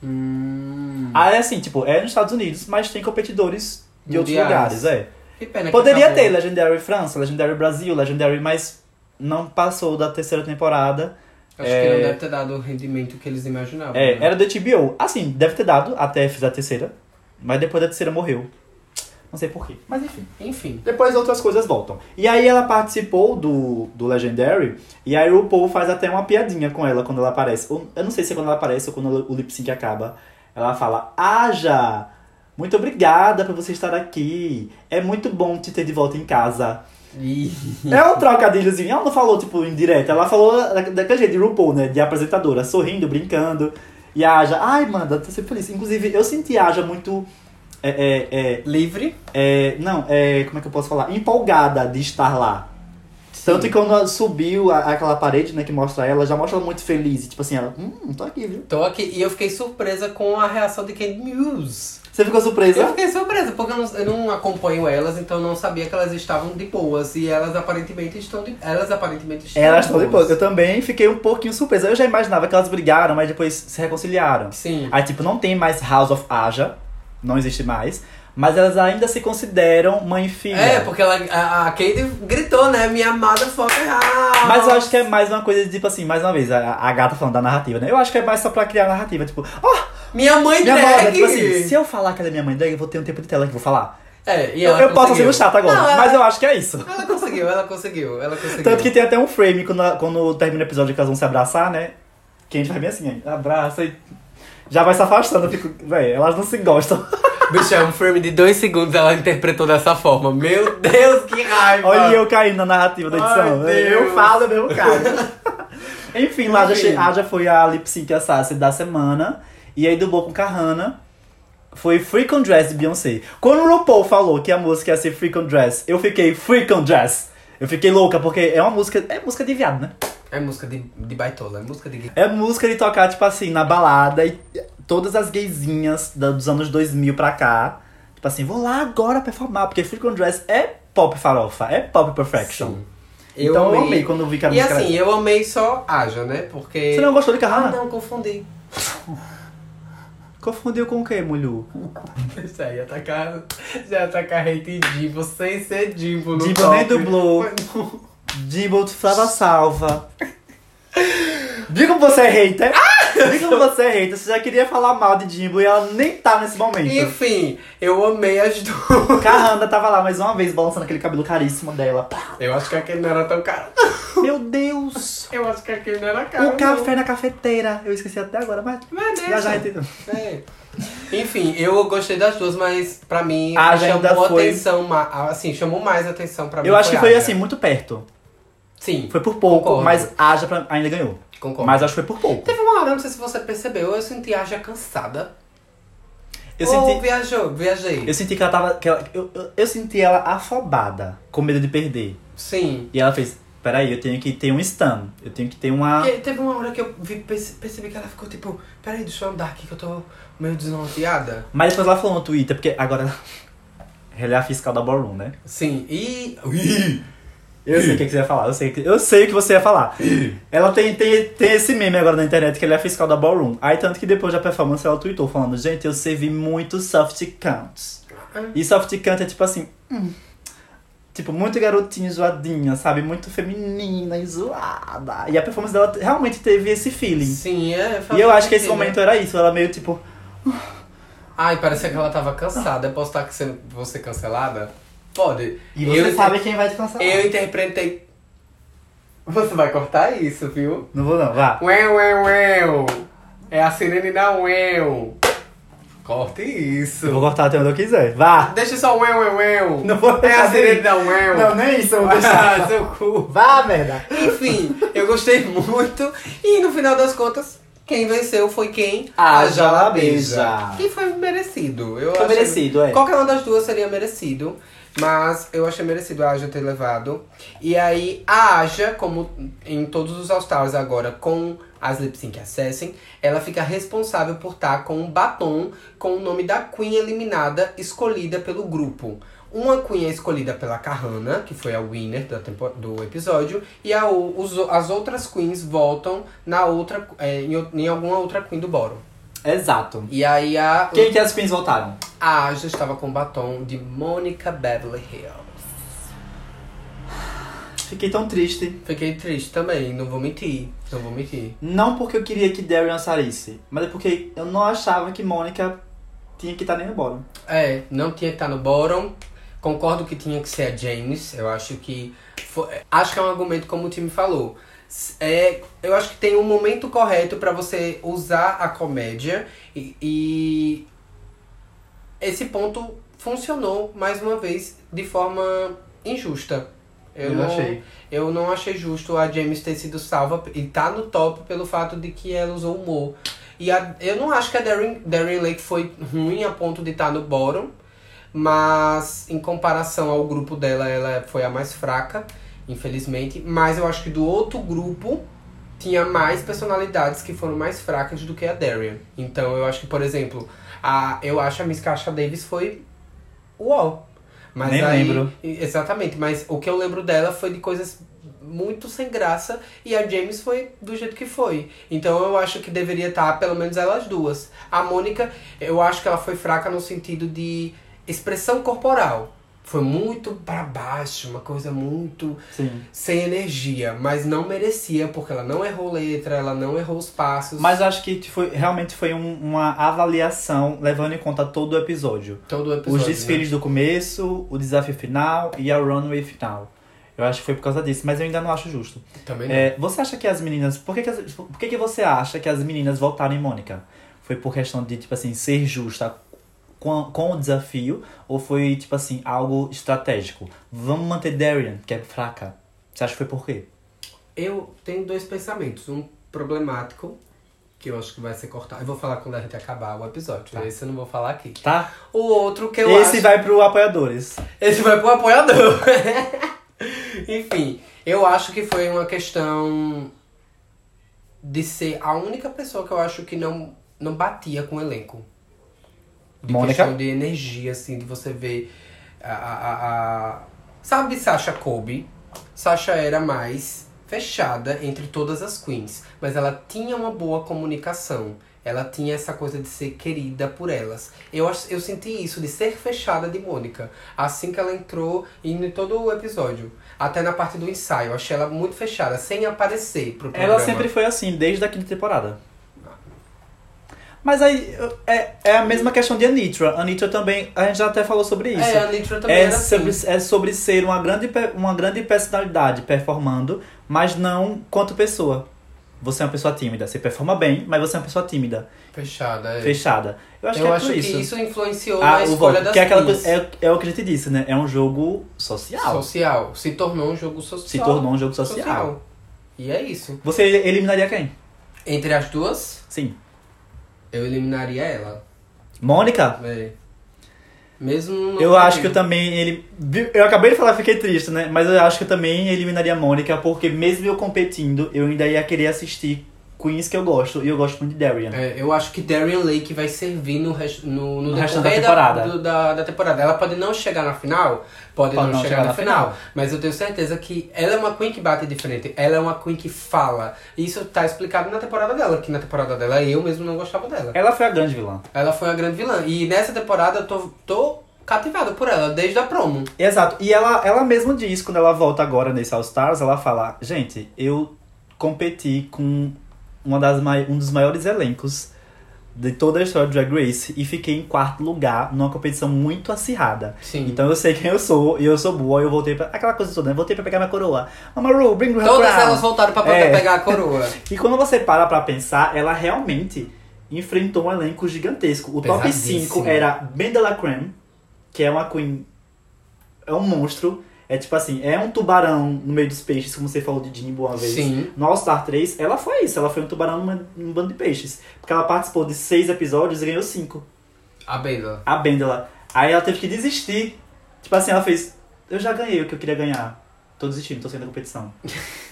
Speaker 2: Hum.
Speaker 1: Ah, é assim, tipo, é nos Estados Unidos, mas tem competidores de outros
Speaker 2: Mundiais.
Speaker 1: lugares, é.
Speaker 2: Que pena
Speaker 1: Poderia
Speaker 2: que acabou.
Speaker 1: ter Legendary França, Legendary Brasil, Legendary, mas não passou da terceira temporada.
Speaker 2: Acho que não deve ter dado o rendimento que eles imaginavam.
Speaker 1: É,
Speaker 2: né?
Speaker 1: era do HBO. Assim, deve ter dado até fiz a terceira, mas depois da terceira morreu. Não sei porquê, mas enfim.
Speaker 2: Enfim.
Speaker 1: Depois outras coisas voltam. E aí ela participou do, do Legendary, e aí o RuPaul faz até uma piadinha com ela quando ela aparece. Ou- Eu não sei se é quando ela aparece ou quando o lip sync acaba. Ela fala: Aja, muito obrigada por você estar aqui. É muito bom te ter de volta em casa.
Speaker 2: E...
Speaker 1: é um trocadilhozinho. Ela não falou, tipo, indireta. Ela falou da- daquele jeito de RuPaul, né? De apresentadora, sorrindo, brincando. E a Aja, ai, manda, tô sempre feliz. Inclusive, eu senti a Aja muito. é, é, é,
Speaker 2: Livre.
Speaker 1: é, não, é, como é que eu posso falar? Empolgada de estar lá. Tanto que quando ela subiu a- aquela parede, né, que mostra ela, já mostra ela muito feliz. E, tipo assim, ela, hum, tô aqui, viu?
Speaker 2: Tô aqui e eu fiquei surpresa com a reação de Kate Muse.
Speaker 1: Você ficou
Speaker 2: Eu
Speaker 1: surpresa?
Speaker 2: fiquei surpresa, porque eu não, eu não acompanho elas, então eu não sabia que elas estavam de boas. E elas aparentemente estão de. Elas aparentemente estão
Speaker 1: Elas estão depois. Eu também fiquei um pouquinho surpresa. Eu já imaginava que elas brigaram, mas depois se reconciliaram.
Speaker 2: Sim.
Speaker 1: Aí, tipo, não tem mais House of Aja, não existe mais. Mas elas ainda se consideram mãe e filha.
Speaker 2: É, porque ela, a, a Kate gritou, né? Minha amada foca errada.
Speaker 1: Mas eu acho que é mais uma coisa de, tipo assim, mais uma vez, a, a gata falando da narrativa, né? Eu acho que é mais só pra criar narrativa. Tipo, ó,
Speaker 2: Minha mãe
Speaker 1: Minha
Speaker 2: drag.
Speaker 1: moda, tipo assim, se eu falar que ela é minha mãe drag, eu vou ter um tempo de tela que eu vou falar.
Speaker 2: É, e
Speaker 1: Eu,
Speaker 2: ela
Speaker 1: eu posso ser
Speaker 2: conseguiu.
Speaker 1: um chato agora,
Speaker 2: Não, ela-
Speaker 1: mas eu acho que é isso.
Speaker 2: Ela conseguiu, ela conseguiu, ela conseguiu.
Speaker 1: Tanto que tem até um frame quando, ela- quando termina o episódio que elas vão se abraçar, né? Que a gente vai bem assim, aí, abraça e já vai se afastando. eu Fico, véi, elas não se gostam.
Speaker 2: Bicho, é um frame de dois segundos, ela interpretou dessa forma. Meu Deus, que raiva!
Speaker 1: Olha eu caindo na narrativa da edição. né?
Speaker 2: Ai, Deus.
Speaker 1: eu falo, eu mesmo caio. Enfim, lá já,
Speaker 2: Enfim.
Speaker 1: che- ah, já foi a Lip Sync Assassin da semana. E aí dublou com Kahana. Foi Freak on Dress de Beyoncé. Quando o RuPaul falou que a música ia ser Freak on Dress, eu fiquei Freak on Dress. Eu fiquei louca, porque é uma música. É música de viado, né?
Speaker 2: É música de, de baitola, é música de...
Speaker 1: É música de tocar, tipo assim, na balada e todas as gaysinhas da- dos anos 2000 pra cá. Tipo assim, vou lá agora performar, porque Freak on Dress é pop farofa, é pop perfection.
Speaker 2: Sim.
Speaker 1: Então eu amei quando eu vi que a
Speaker 2: E
Speaker 1: música era-
Speaker 2: assim, eu amei só Aja, né? Porque...
Speaker 1: Você não gostou de
Speaker 2: Ah,
Speaker 1: Kahana?
Speaker 2: não, confundi.
Speaker 1: Confundiu com o que, Mulhu?
Speaker 2: Já ia atacar... Já ia atacar hate Divo, sem ser Divo no
Speaker 1: Divo
Speaker 2: top.
Speaker 1: nem dublou. Dibolt estava salva. Diga como você é hater. Diga como você é hater. Você já queria falar mal de Jimbo e ela nem tá nesse momento.
Speaker 2: Enfim, eu amei as duas.
Speaker 1: Carranda tava lá mais uma vez balançando aquele cabelo caríssimo dela. Pá.
Speaker 2: Eu acho que aquele não era tão caro.
Speaker 1: Meu Deus!
Speaker 2: Eu acho que aquele não era caro.
Speaker 1: O café na cafeteira. Eu esqueci até agora, mas
Speaker 2: Mas
Speaker 1: já já
Speaker 2: deixa.
Speaker 1: entendeu.
Speaker 2: É. Enfim, eu gostei das duas, mas pra mim
Speaker 1: A
Speaker 2: a
Speaker 1: agenda
Speaker 2: chamou
Speaker 1: foi-
Speaker 2: atenção, ma- assim, chamou mais atenção pra mim.
Speaker 1: Eu acho que foi
Speaker 2: a
Speaker 1: assim, muito perto.
Speaker 2: Sim,
Speaker 1: Foi por pouco,
Speaker 2: Concordo.
Speaker 1: mas Aja pra- ainda ganhou.
Speaker 2: concordo.
Speaker 1: Mas acho que foi por pouco.
Speaker 2: Teve uma hora, não sei se você percebeu, eu senti a Aja cansada.
Speaker 1: Eu
Speaker 2: Ou
Speaker 1: senti.
Speaker 2: viajou, viajei.
Speaker 1: Eu senti que ela tava. Que ela- eu, eu, eu senti ela afobada, com medo de perder.
Speaker 2: Sim.
Speaker 1: E ela fez: peraí, eu tenho que ter um stun. Eu tenho que ter uma.
Speaker 2: Porque teve uma hora que eu vi- perce- percebi que ela ficou tipo, peraí, deixa eu andar aqui que eu tô meio desnorteada.
Speaker 1: Mas depois ela falou no Twitter, porque agora ela. Ela é a fiscal da Ballroom, né?
Speaker 2: Sim, e.
Speaker 1: Eu sei o que, que você ia falar, eu sei, que- eu sei o que você ia falar. Ela tem, tem, tem esse meme agora na internet que ela é a fiscal da Ballroom. Aí tanto que depois da performance ela tweetou falando, gente, eu servi muito soft counts. E soft count é tipo assim, hum, tipo, muito garotinha zoadinha, sabe? Muito feminina e zoada. E a performance dela realmente teve esse feeling.
Speaker 2: Sim, é.
Speaker 1: E eu acho que esse
Speaker 2: Sim, né?
Speaker 1: momento era isso, ela meio tipo,
Speaker 2: Ai, parecia que ela tava cansada. Eu posso estar sendo você cancelada? Pode.
Speaker 1: e você
Speaker 2: eu,
Speaker 1: sabe quem vai te cancelar.
Speaker 2: Eu interpretei. Você vai cortar isso, viu?
Speaker 1: Não vou não, vá.
Speaker 2: Ué, ué, ué. É a sirene da ué. Corte isso.
Speaker 1: Eu vou cortar até onde eu quiser. Vá!
Speaker 2: Deixa só ué, ué, ué.
Speaker 1: Não vou
Speaker 2: É a
Speaker 1: fazer
Speaker 2: sirene
Speaker 1: isso.
Speaker 2: da ué.
Speaker 1: Não, nem isso eu vou deixar.
Speaker 2: Ah, seu cu.
Speaker 1: Vá, merda!
Speaker 2: Enfim, eu gostei muito. E no final das contas, quem venceu foi quem?
Speaker 1: A Jalabeja.
Speaker 2: Que foi merecido. Eu
Speaker 1: Foi
Speaker 2: achei-
Speaker 1: merecido, é.
Speaker 2: Qualquer uma das duas seria merecido. Mas eu achei merecido a Aja ter levado. E aí, a Aja, como em todos os All-Stars agora, com as lip sync assessing, ela fica responsável por estar com um batom com o nome da Queen eliminada, escolhida pelo grupo. Uma Queen é escolhida pela Kahana, que foi a winner da tempo- do episódio, e a o- os o- as outras Queens voltam na outra, é, em, o- em alguma outra Queen do Boro.
Speaker 1: Exato.
Speaker 2: E aí a,
Speaker 1: Quem que as queens votaram?
Speaker 2: a Aja estava com o batom de Monica Beverly Hills.
Speaker 1: Fiquei tão triste.
Speaker 2: Fiquei triste também, não vou mentir. Não vou mentir.
Speaker 1: Não porque eu queria que Darian saísse, mas é porque eu não achava que Mônica tinha que estar nem no bórum.
Speaker 2: É, não tinha que estar no bottom. Concordo que tinha que ser a James. Eu acho que. fo- acho que é um argumento como o time falou. S- É, eu acho que tem um momento correto pra você usar a comédia e, e esse ponto funcionou mais uma vez de forma injusta. Eu, não achei. Eu não achei justo a James ter sido salva e tá no top pelo fato de que ela usou humor. E a- eu não acho que a Darren, Darren Lake foi ruim a ponto de estar no bottom, mas em comparação ao grupo dela, ela foi a mais fraca, infelizmente. Mas eu acho que do outro grupo tinha mais personalidades que foram mais fracas do que a Darren. Então eu acho que, por exemplo, a, eu acho a Miss Caixa Davis foi uau. Mas
Speaker 1: Nem
Speaker 2: aí-
Speaker 1: lembro.
Speaker 2: Exatamente, mas o que eu lembro dela foi de coisas muito sem graça e a James foi do jeito que foi. Então eu acho que deveria estar pelo menos elas duas. A Mônica, eu acho que ela foi fraca no sentido de expressão corporal. Foi muito para baixo, uma coisa muito
Speaker 1: Sim.
Speaker 2: sem energia, mas não merecia porque ela não errou letra, ela não errou os passos.
Speaker 1: Mas acho que foi, realmente foi um- uma avaliação levando em conta todo o episódio.
Speaker 2: todo o
Speaker 1: Os
Speaker 2: episódio. né?
Speaker 1: desfiles do começo, o desafio final e a runway final. Eu acho que foi por causa disso, mas eu ainda não acho justo.
Speaker 2: né? também não.
Speaker 1: É, você acha que as meninas. Por que, que, as- por que, que você acha que as meninas votaram em Mônica? Foi por questão de, tipo assim, ser justa com, com o desafio? Ou foi, tipo assim, algo estratégico? Vamos manter Darian, que é fraca. Você acha que foi por quê?
Speaker 2: Eu tenho dois pensamentos. Um problemático, que eu acho que vai ser cortado. Eu vou falar quando a gente acabar o episódio. né? Esse eu não vou falar aqui.
Speaker 1: Tá?
Speaker 2: O outro que eu
Speaker 1: Esse
Speaker 2: acho.
Speaker 1: vai pro apoiadores.
Speaker 2: Esse vai pro apoiador. Enfim, eu acho que foi uma questão de ser a única pessoa que eu acho que não, não batia com o elenco. De
Speaker 1: Mônica?
Speaker 2: questão de energia, assim, de você ver a. a- a- a- Sabe Sasha Kobe? Sasha era mais fechada entre todas as queens, mas ela tinha uma boa comunicação. Ela tinha essa coisa de ser querida por elas. Eu, ach- eu senti isso de ser fechada de Mônica. Assim que ela entrou e em todo o episódio. Até na parte do ensaio. eu Achei ela muito fechada, sem aparecer pro programa.
Speaker 1: Ela sempre foi assim, desde a quinta temporada. Mas aí eu- é, é a mesma questão de Anitra. Anitra também, a gente já até falou sobre isso.
Speaker 2: É, a Nitra também
Speaker 1: é
Speaker 2: era
Speaker 1: sobre,
Speaker 2: assim.
Speaker 1: é sobre ser uma grande, pe- uma grande personalidade performando, mas não quanto pessoa. Você é uma pessoa tímida. Você performa bem, mas você é uma pessoa tímida,
Speaker 2: Fechada, é.
Speaker 1: fechada. Eu acho
Speaker 2: eu
Speaker 1: que é
Speaker 2: acho
Speaker 1: por
Speaker 2: que
Speaker 1: isso.
Speaker 2: isso, influenciou
Speaker 1: Ah,
Speaker 2: na
Speaker 1: o
Speaker 2: escolha
Speaker 1: voto,
Speaker 2: das
Speaker 1: que é, aquela
Speaker 2: queens.
Speaker 1: coisa- é, é o que a gente disse, né? É um jogo social.
Speaker 2: Social. Se tornou um jogo social.
Speaker 1: Se tornou um jogo social.
Speaker 2: E é isso.
Speaker 1: Você eliminaria quem?
Speaker 2: Entre as duas,
Speaker 1: Sim.
Speaker 2: eu eliminaria ela.
Speaker 1: Mônica?
Speaker 2: É. Mesmo. não
Speaker 1: Eu acho que eu
Speaker 2: tendo-
Speaker 1: também ele. Eu acabei de falar, fiquei triste, né? Mas eu acho que eu também eliminaria a Mônica, porque mesmo eu competindo, eu ainda ia querer assistir queens que eu gosto, e eu gosto muito de Darian.
Speaker 2: É, eu acho que Darian Lake vai servir no, res- no, no
Speaker 1: No resto da
Speaker 2: decorrer
Speaker 1: temporada.
Speaker 2: do- da, da temporada. Ela pode não chegar na final, pode, não, chegar, na, final, mas eu tenho certeza que ela é uma queen que bate diferente. Ela é uma queen que fala. E isso tá explicado na temporada dela, que na temporada dela eu mesmo não gostava dela.
Speaker 1: Ela foi a grande vilã.
Speaker 2: Ela foi a grande vilã. E nessa temporada eu tô, tô cativado por ela, desde a promo.
Speaker 1: Exato. E ela, ela mesma diz, quando ela volta agora nesse All Stars, ela fala, gente, eu competi com uma das mai- um dos maiores elencos de toda a história do Drag Race e fiquei em quarto lugar numa competição muito acirrada.
Speaker 2: Sim.
Speaker 1: Então eu sei quem eu sou, e eu sou boa, e eu voltei pra. Aquela coisa toda, né? Voltei pra pegar minha coroa. Mama Ru, bring her
Speaker 2: Todas
Speaker 1: crown.
Speaker 2: elas voltaram pra poder
Speaker 1: É.
Speaker 2: pegar a coroa.
Speaker 1: E quando você para pra pensar, ela realmente enfrentou um elenco gigantesco. O top
Speaker 2: Pesadíssimo.
Speaker 1: 5 era Ben de la Creme, que é uma queen. É um monstro. É tipo assim, é um tubarão no meio dos peixes, como você falou de Jimbo uma vez.
Speaker 2: Sim.
Speaker 1: No All Star 3, ela foi isso, ela foi um tubarão numa- num bando de peixes. Porque ela participou de seis episódios e ganhou cinco
Speaker 2: A Bela.
Speaker 1: a Bendela. Aí ela teve que desistir. Tipo assim, ela fez. Eu já ganhei o que eu queria ganhar. Tô desistindo, tô saindo da competição.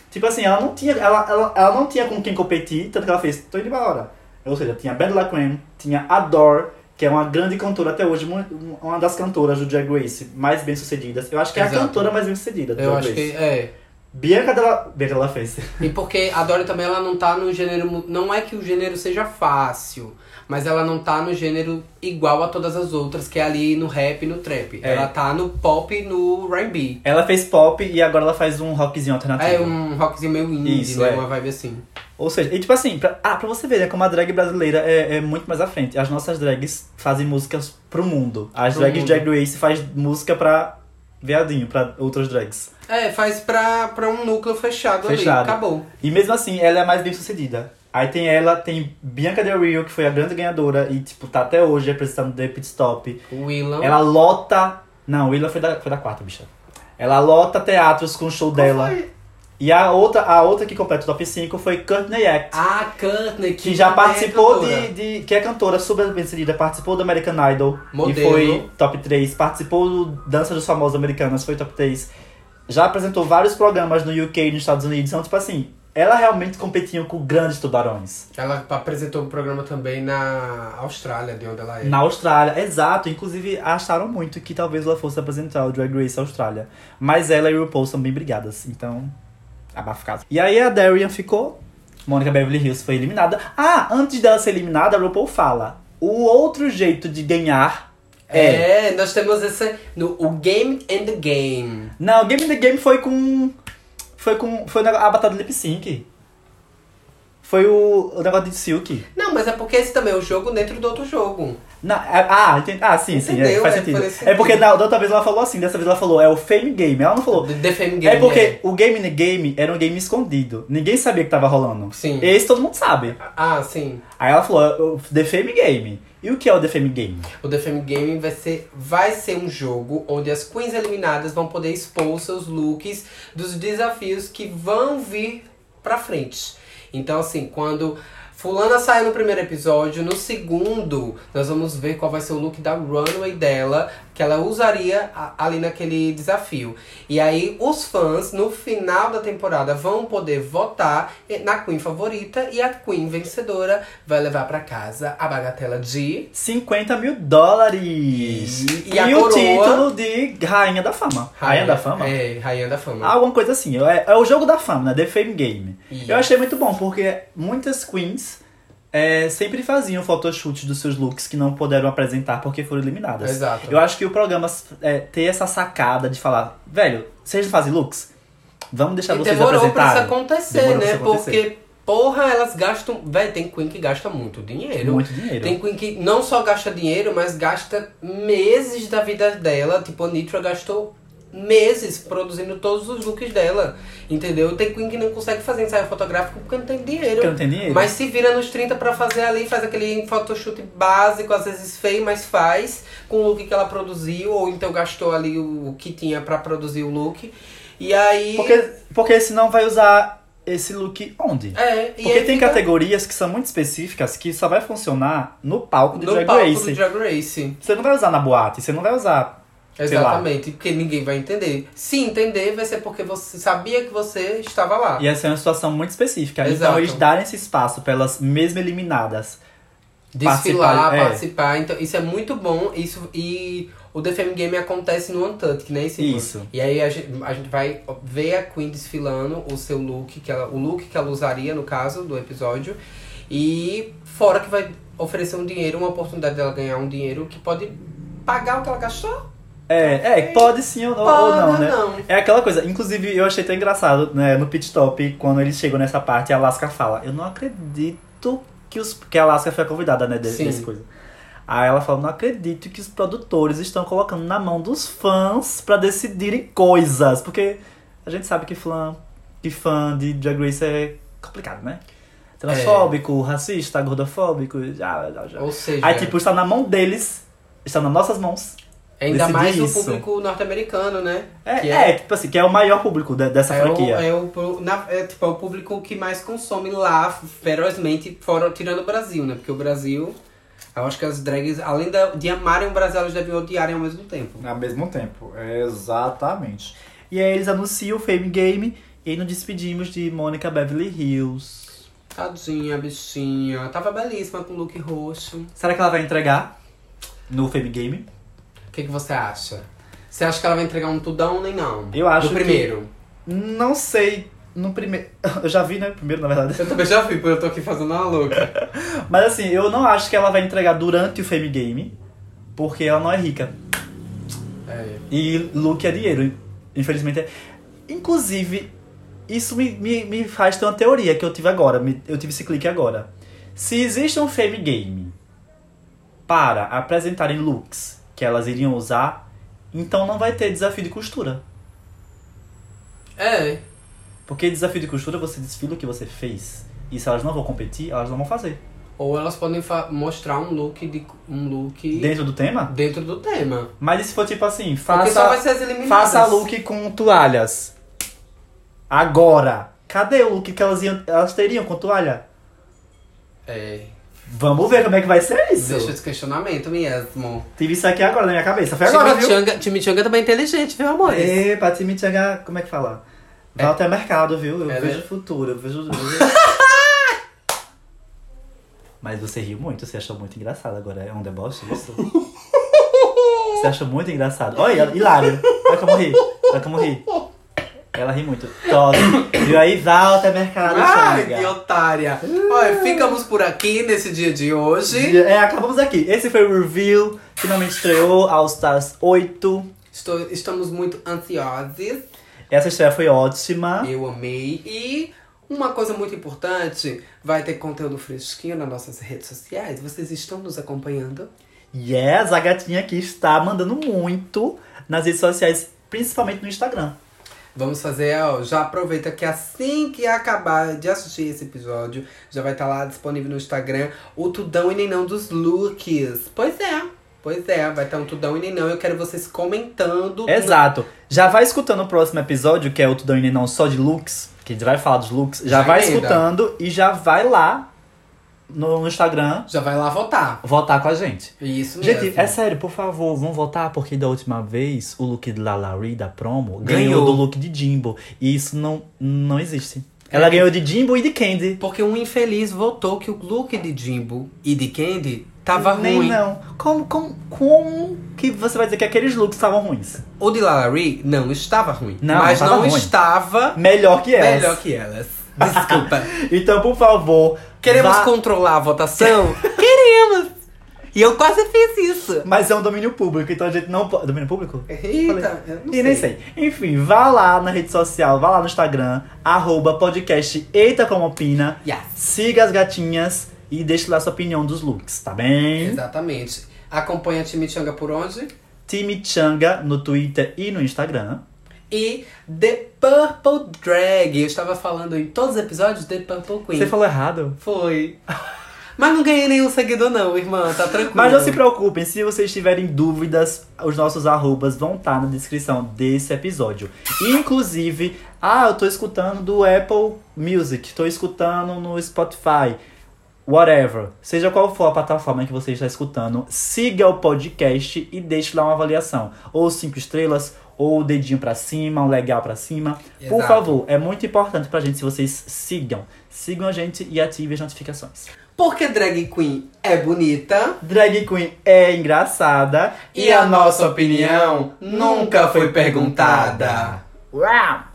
Speaker 1: tipo assim, ela não tinha. Ela, ela, ela não tinha com quem competir, tanto que ela fez, tô indo embora. Ou seja, tinha Bendela Queen, tinha Adore, que é uma grande cantora até hoje, mu- uma das cantoras do Drag Race mais bem sucedidas. Eu acho que é a
Speaker 2: Exato.
Speaker 1: cantora mais bem sucedida do
Speaker 2: Eu
Speaker 1: Drag
Speaker 2: acho
Speaker 1: Race.
Speaker 2: que é.
Speaker 1: Bianca dela. Bianca dela fez.
Speaker 2: E porque a Dory também ela não tá no gênero. mu- Não é que o gênero seja fácil, mas ela não tá no gênero igual a todas as outras, que é ali no rap e no trap.
Speaker 1: É.
Speaker 2: Ela tá no pop e no R&B.
Speaker 1: Ela fez pop e agora ela faz um rockzinho alternativo.
Speaker 2: É um rockzinho meio indie,
Speaker 1: Isso,
Speaker 2: né?
Speaker 1: é.
Speaker 2: Uma vibe assim.
Speaker 1: Ou seja, e tipo assim, pra, ah, pra você ver né, como a drag brasileira é, é muito mais à frente. As nossas drags fazem músicas pro mundo. As
Speaker 2: Pro
Speaker 1: drags
Speaker 2: mundo.
Speaker 1: Drag Race faz música pra veadinho, pra outras drags.
Speaker 2: É, faz pra, pra um núcleo fechado,
Speaker 1: Fechado.
Speaker 2: ali. Acabou.
Speaker 1: E mesmo assim, ela é a mais bem sucedida. Aí tem ela, tem Bianca Del Rio, que foi a grande ganhadora e, tipo, tá até hoje representando The Pit Stop.
Speaker 2: O Willam.
Speaker 1: Ela lota. Não, Willa foi da, foi da quarta, bicha. Ela lota teatros com o show dela. E a outra, a outra que completa o top 5 foi Courtney Act.
Speaker 2: A Courtney, que,
Speaker 1: que já
Speaker 2: também é
Speaker 1: participou
Speaker 2: cantora.
Speaker 1: de, de- que é cantora super bem sucedida, participou do American Idol
Speaker 2: Modelo.
Speaker 1: e foi top 3, participou do Dança dos Famosos Americanas, foi top 3. Já apresentou vários programas no UK e nos Estados Unidos, então tipo assim, ela realmente competia com grandes tubarões.
Speaker 2: Ela apresentou um programa também na Austrália, de onde ela é.
Speaker 1: Na Austrália, exato, inclusive acharam muito que talvez ela fosse apresentar o Drag Race Austrália, mas ela e o RuPaul são bem brigadas, então abafado. E aí a Darian ficou Mônica Beverly Hills foi eliminada. Ah, antes dela ser eliminada, a RuPaul fala: o outro jeito de ganhar é.
Speaker 2: É, nós temos esse. No, o Game and the Game.
Speaker 1: Não, Game in the Game foi com. Foi com. Foi o nego- a batalha do lip sync. Foi o, o negócio de Silk.
Speaker 2: Não, mas é porque esse também é o jogo dentro do outro jogo.
Speaker 1: Não, é- ah, entendi. ah, sim, sim, é,
Speaker 2: Entendeu?
Speaker 1: faz
Speaker 2: É,
Speaker 1: sentido.
Speaker 2: foi nesse
Speaker 1: É porque
Speaker 2: sentido.
Speaker 1: da, da outra vez ela falou assim, dessa vez ela falou, é o Fame Game. Ela não falou.
Speaker 2: The Fame Game.
Speaker 1: É porque o Game in the Game era um game escondido. Ninguém sabia que tava rolando.
Speaker 2: Sim.
Speaker 1: Esse todo mundo sabe.
Speaker 2: Ah, sim.
Speaker 1: Aí ela falou, é o The Fame Game. E o que é o The Fame Game?
Speaker 2: O The Fame Game vai ser, vai ser um jogo onde as queens eliminadas vão poder expor seus looks dos desafios que vão vir pra frente. Então, assim, quando Fulana sai no primeiro episódio, no segundo, nós vamos ver qual vai ser o look da runway dela, que ela usaria a- ali naquele desafio. E aí, os fãs, no final da temporada, vão poder votar na queen favorita e a queen vencedora vai levar pra casa a bagatela de.
Speaker 1: 50 mil dólares.
Speaker 2: E- e a
Speaker 1: o
Speaker 2: coroa?
Speaker 1: título de Rainha da Fama. Rainha da Fama?
Speaker 2: É, Rainha da Fama.
Speaker 1: Alguma coisa assim. É, é o jogo da fama, né? The Fame Game.
Speaker 2: Isso.
Speaker 1: Eu achei muito bom, porque muitas queens é, sempre faziam photoshoots dos seus looks que não puderam apresentar porque foram eliminadas.
Speaker 2: Exato.
Speaker 1: Eu acho que o programa é, ter essa sacada de falar, velho, vocês não fazem looks? Vamos deixar
Speaker 2: e
Speaker 1: vocês
Speaker 2: demorou pra isso
Speaker 1: apresentarem.
Speaker 2: acontecer,
Speaker 1: Demorou pra
Speaker 2: né?
Speaker 1: isso acontecer.
Speaker 2: Porque, porra, elas gastam. Véi, tem Queen que gasta muito dinheiro.
Speaker 1: Muito dinheiro.
Speaker 2: Tem Queen que não só gasta dinheiro, mas gasta meses da vida dela. Tipo, a Nitra gastou meses produzindo todos os looks dela. Entendeu? Tem Queen que não consegue fazer ensaio fotográfico porque não tem dinheiro.
Speaker 1: Porque não tem dinheiro.
Speaker 2: Mas se vira nos 30 pra fazer ali, faz aquele photoshoot básico, às vezes feio, mas faz com o look que ela produziu, ou então gastou ali o o que tinha pra produzir o look. E aí.
Speaker 1: Porque, porque senão vai usar esse look onde?
Speaker 2: É, e
Speaker 1: Porque
Speaker 2: aí
Speaker 1: tem
Speaker 2: fica
Speaker 1: categorias que são muito específicas que só vai funcionar no palco do
Speaker 2: no
Speaker 1: Drag
Speaker 2: palco
Speaker 1: Race.
Speaker 2: do Drag Race.
Speaker 1: Você não vai usar na boate, você não vai usar sei lá.
Speaker 2: Exatamente, porque ninguém vai entender. Se entender, vai ser porque você sabia que você estava lá.
Speaker 1: E essa é uma situação muito específica. Então
Speaker 2: Exato.
Speaker 1: eles darem esse espaço pra elas mesmo eliminadas.
Speaker 2: Desfilar,
Speaker 1: participar,
Speaker 2: participar,
Speaker 1: é.
Speaker 2: Então, isso é muito bom. Isso, e o The Fame Game acontece no Untucked, né? Esse
Speaker 1: Isso.
Speaker 2: E aí a gente, a gente vai ver a Queen desfilando o seu look, que ela, o look que ela usaria, no caso, do episódio. E fora que vai oferecer um dinheiro, uma oportunidade dela ganhar um dinheiro que pode pagar o que ela gastou.
Speaker 1: É, é, pode sim ou, ou
Speaker 2: Pode
Speaker 1: não, né?
Speaker 2: não.
Speaker 1: É aquela coisa, inclusive eu achei tão engraçado, né, no pit stop, quando eles chegam nessa parte, a Alaska fala, eu não acredito que os. Porque a Alaska foi a convidada, né, de-
Speaker 2: Sim.
Speaker 1: desse coisa. Aí ela fala, não acredito que os produtores estão colocando na mão dos fãs pra decidirem coisas. Porque a gente sabe que fã, que fã de Drag Race é complicado, né? Transfóbico,
Speaker 2: É.
Speaker 1: racista, gordofóbico, já, já, já.
Speaker 2: Ou seja,
Speaker 1: Aí, tipo, está na mão deles, está nas nossas mãos.
Speaker 2: ainda
Speaker 1: decidir
Speaker 2: mais o
Speaker 1: isso.
Speaker 2: público norte-americano, né?
Speaker 1: É,
Speaker 2: Que
Speaker 1: é, tipo assim, que é o maior público de- dessa
Speaker 2: É o,
Speaker 1: franquia.
Speaker 2: é, o, pro- na- é, tipo, é o público que mais consome lá, ferozmente, fora, tirando o Brasil, né? Porque o Brasil, eu acho que as drags, além da- de amarem o Brasil, elas devem odiarem ao mesmo tempo.
Speaker 3: Ao mesmo tempo, exatamente.
Speaker 1: E aí eles anunciam o Fame Game e nos despedimos de Mônica Beverly Hills.
Speaker 2: Tadinha, bichinha. Tava belíssima com o look roxo.
Speaker 1: Será que ela vai entregar no Fame Game?
Speaker 2: O que, que você acha? Você acha que ela vai entregar um tudão nem não?
Speaker 1: Eu acho
Speaker 2: Do
Speaker 1: que-
Speaker 2: primeiro.
Speaker 1: Não sei. No primeiro. Eu já vi, né? Primeiro, na verdade.
Speaker 2: Eu também já vi, porque eu tô aqui fazendo uma louca.
Speaker 1: Mas assim, eu não acho que ela vai entregar durante o Fame Game, porque ela não é rica.
Speaker 2: É.
Speaker 1: E look é dinheiro, infelizmente. é. Inclusive, isso me, me, me faz ter uma teoria que eu tive agora. me- eu tive esse clique agora. Se existe um Fame Game para apresentarem looks que elas iriam usar, então não vai ter desafio de costura.
Speaker 2: É.
Speaker 1: Porque desafio de costura você desfila o que você fez. E se elas não vão competir, elas não vão fazer.
Speaker 2: Ou elas podem fa- mostrar um look de um look
Speaker 1: Dentro do tema.
Speaker 2: dentro do tema.
Speaker 1: Mas e se for tipo assim,
Speaker 2: Porque só vai
Speaker 1: faça,
Speaker 2: ser as eliminadas.
Speaker 1: faça look com toalhas. Agora! Cadê o look que elas, iam, elas teriam com toalha?
Speaker 2: É.
Speaker 1: Vamos ver como é que vai ser isso.
Speaker 2: Deixa esse questionamento mesmo.
Speaker 1: Tive isso aqui agora na minha cabeça. Foi agora, viu?
Speaker 2: Chimichanga também é inteligente, viu, amor?
Speaker 1: Epa, Timichanga, como é que fala? Vai
Speaker 2: É.
Speaker 1: até mercado, viu? Eu
Speaker 2: É,
Speaker 1: vejo
Speaker 2: né?
Speaker 1: futuro, eu vejo... Mas você riu muito, você achou muito engraçado agora. É um deboche isso? você achou muito engraçado. Olha, hilário. Olha como ri. Olha como ri. Ela ri muito. Tosse. Viu aí? Volta mercado,
Speaker 2: Ai,
Speaker 1: Timichanga.
Speaker 2: que otária. Olha, ficamos por aqui nesse dia de hoje.
Speaker 1: É, acabamos aqui. Esse foi o review. Finalmente estreou All Stars 8.
Speaker 2: Estou- estamos muito ansiosos.
Speaker 1: Essa estreia foi ótima.
Speaker 2: Eu amei. E uma coisa muito importante, vai ter conteúdo fresquinho nas nossas redes sociais. Vocês estão nos acompanhando?
Speaker 1: Yes, a gatinha aqui está mandando muito nas redes sociais, principalmente no Instagram.
Speaker 2: Vamos fazer, ó, já aproveita que assim que acabar de assistir esse episódio, já vai estar lá disponível no Instagram o tudão e nenão dos looks. Pois é, pois é, vai estar um tudão e nenão. Eu quero vocês comentando.
Speaker 1: Exato. Já vai escutando o próximo episódio, que é o Tudão e Nenão só de looks, que a gente vai falar dos looks. Já,
Speaker 2: Já
Speaker 1: vai
Speaker 2: emenda.
Speaker 1: escutando e já vai lá no, no Instagram
Speaker 2: Já vai lá votar.
Speaker 1: votar com a gente.
Speaker 2: Isso mesmo.
Speaker 1: Gente, é sério, por favor, vão votar, porque da última vez o look de Lalari da promo ganhou,
Speaker 2: Ganhou.
Speaker 1: do look de Jimbo. E isso não, não existe. Ela
Speaker 2: É.
Speaker 1: ganhou de Jimbo e de Candy.
Speaker 2: Porque um infeliz votou que o look de Jimbo e de Candy tava
Speaker 1: Nem
Speaker 2: ruim.
Speaker 1: não. Como, como, como que você vai dizer que aqueles looks estavam ruins?
Speaker 2: O de Lalari não estava ruim.
Speaker 1: Não,
Speaker 2: mas
Speaker 1: tava
Speaker 2: não
Speaker 1: ruim.
Speaker 2: estava
Speaker 1: Melhor que elas.
Speaker 2: melhor que elas. Desculpa.
Speaker 1: Então, por favor,
Speaker 2: Queremos
Speaker 1: vá-
Speaker 2: controlar a votação? Queremos! E eu quase fiz isso.
Speaker 1: Mas é um domínio público, então a gente não pode. Domínio público?
Speaker 2: Eita, eu não
Speaker 1: E nem sei. Enfim, vá lá na rede social, vá lá no Instagram, arroba podcast Eita Como Opina.
Speaker 2: Yes.
Speaker 1: Siga as gatinhas e deixe lá sua opinião dos looks, tá
Speaker 2: Hum?
Speaker 1: bem?
Speaker 2: Exatamente. Acompanha a Chimichanga por onde?
Speaker 1: Time Changa no Twitter e no Instagram.
Speaker 2: E The Purple Drag. Eu estava falando em todos os episódios The Purple Queen.
Speaker 1: Você falou errado?
Speaker 2: Foi. Mas não ganhei nenhum seguidor não, irmã. Tá tranquilo.
Speaker 1: Mas não se preocupem, se vocês tiverem dúvidas, os nossos arrobas vão estar na descrição desse episódio. Inclusive, ah, eu tô escutando do Apple Music, tô escutando no Spotify. whatever, seja qual for a plataforma que você está escutando, siga o podcast e deixe lá uma avaliação. Ou cinco estrelas, ou o dedinho pra cima, um legal pra cima. Por
Speaker 2: Exato.
Speaker 1: favor, é muito importante pra gente se vocês sigam. Sigam a gente e ativem as notificações.
Speaker 2: Porque drag queen é bonita
Speaker 1: Drag Queen é engraçada
Speaker 2: e a nossa opinião nunca foi perguntada.
Speaker 3: Uau!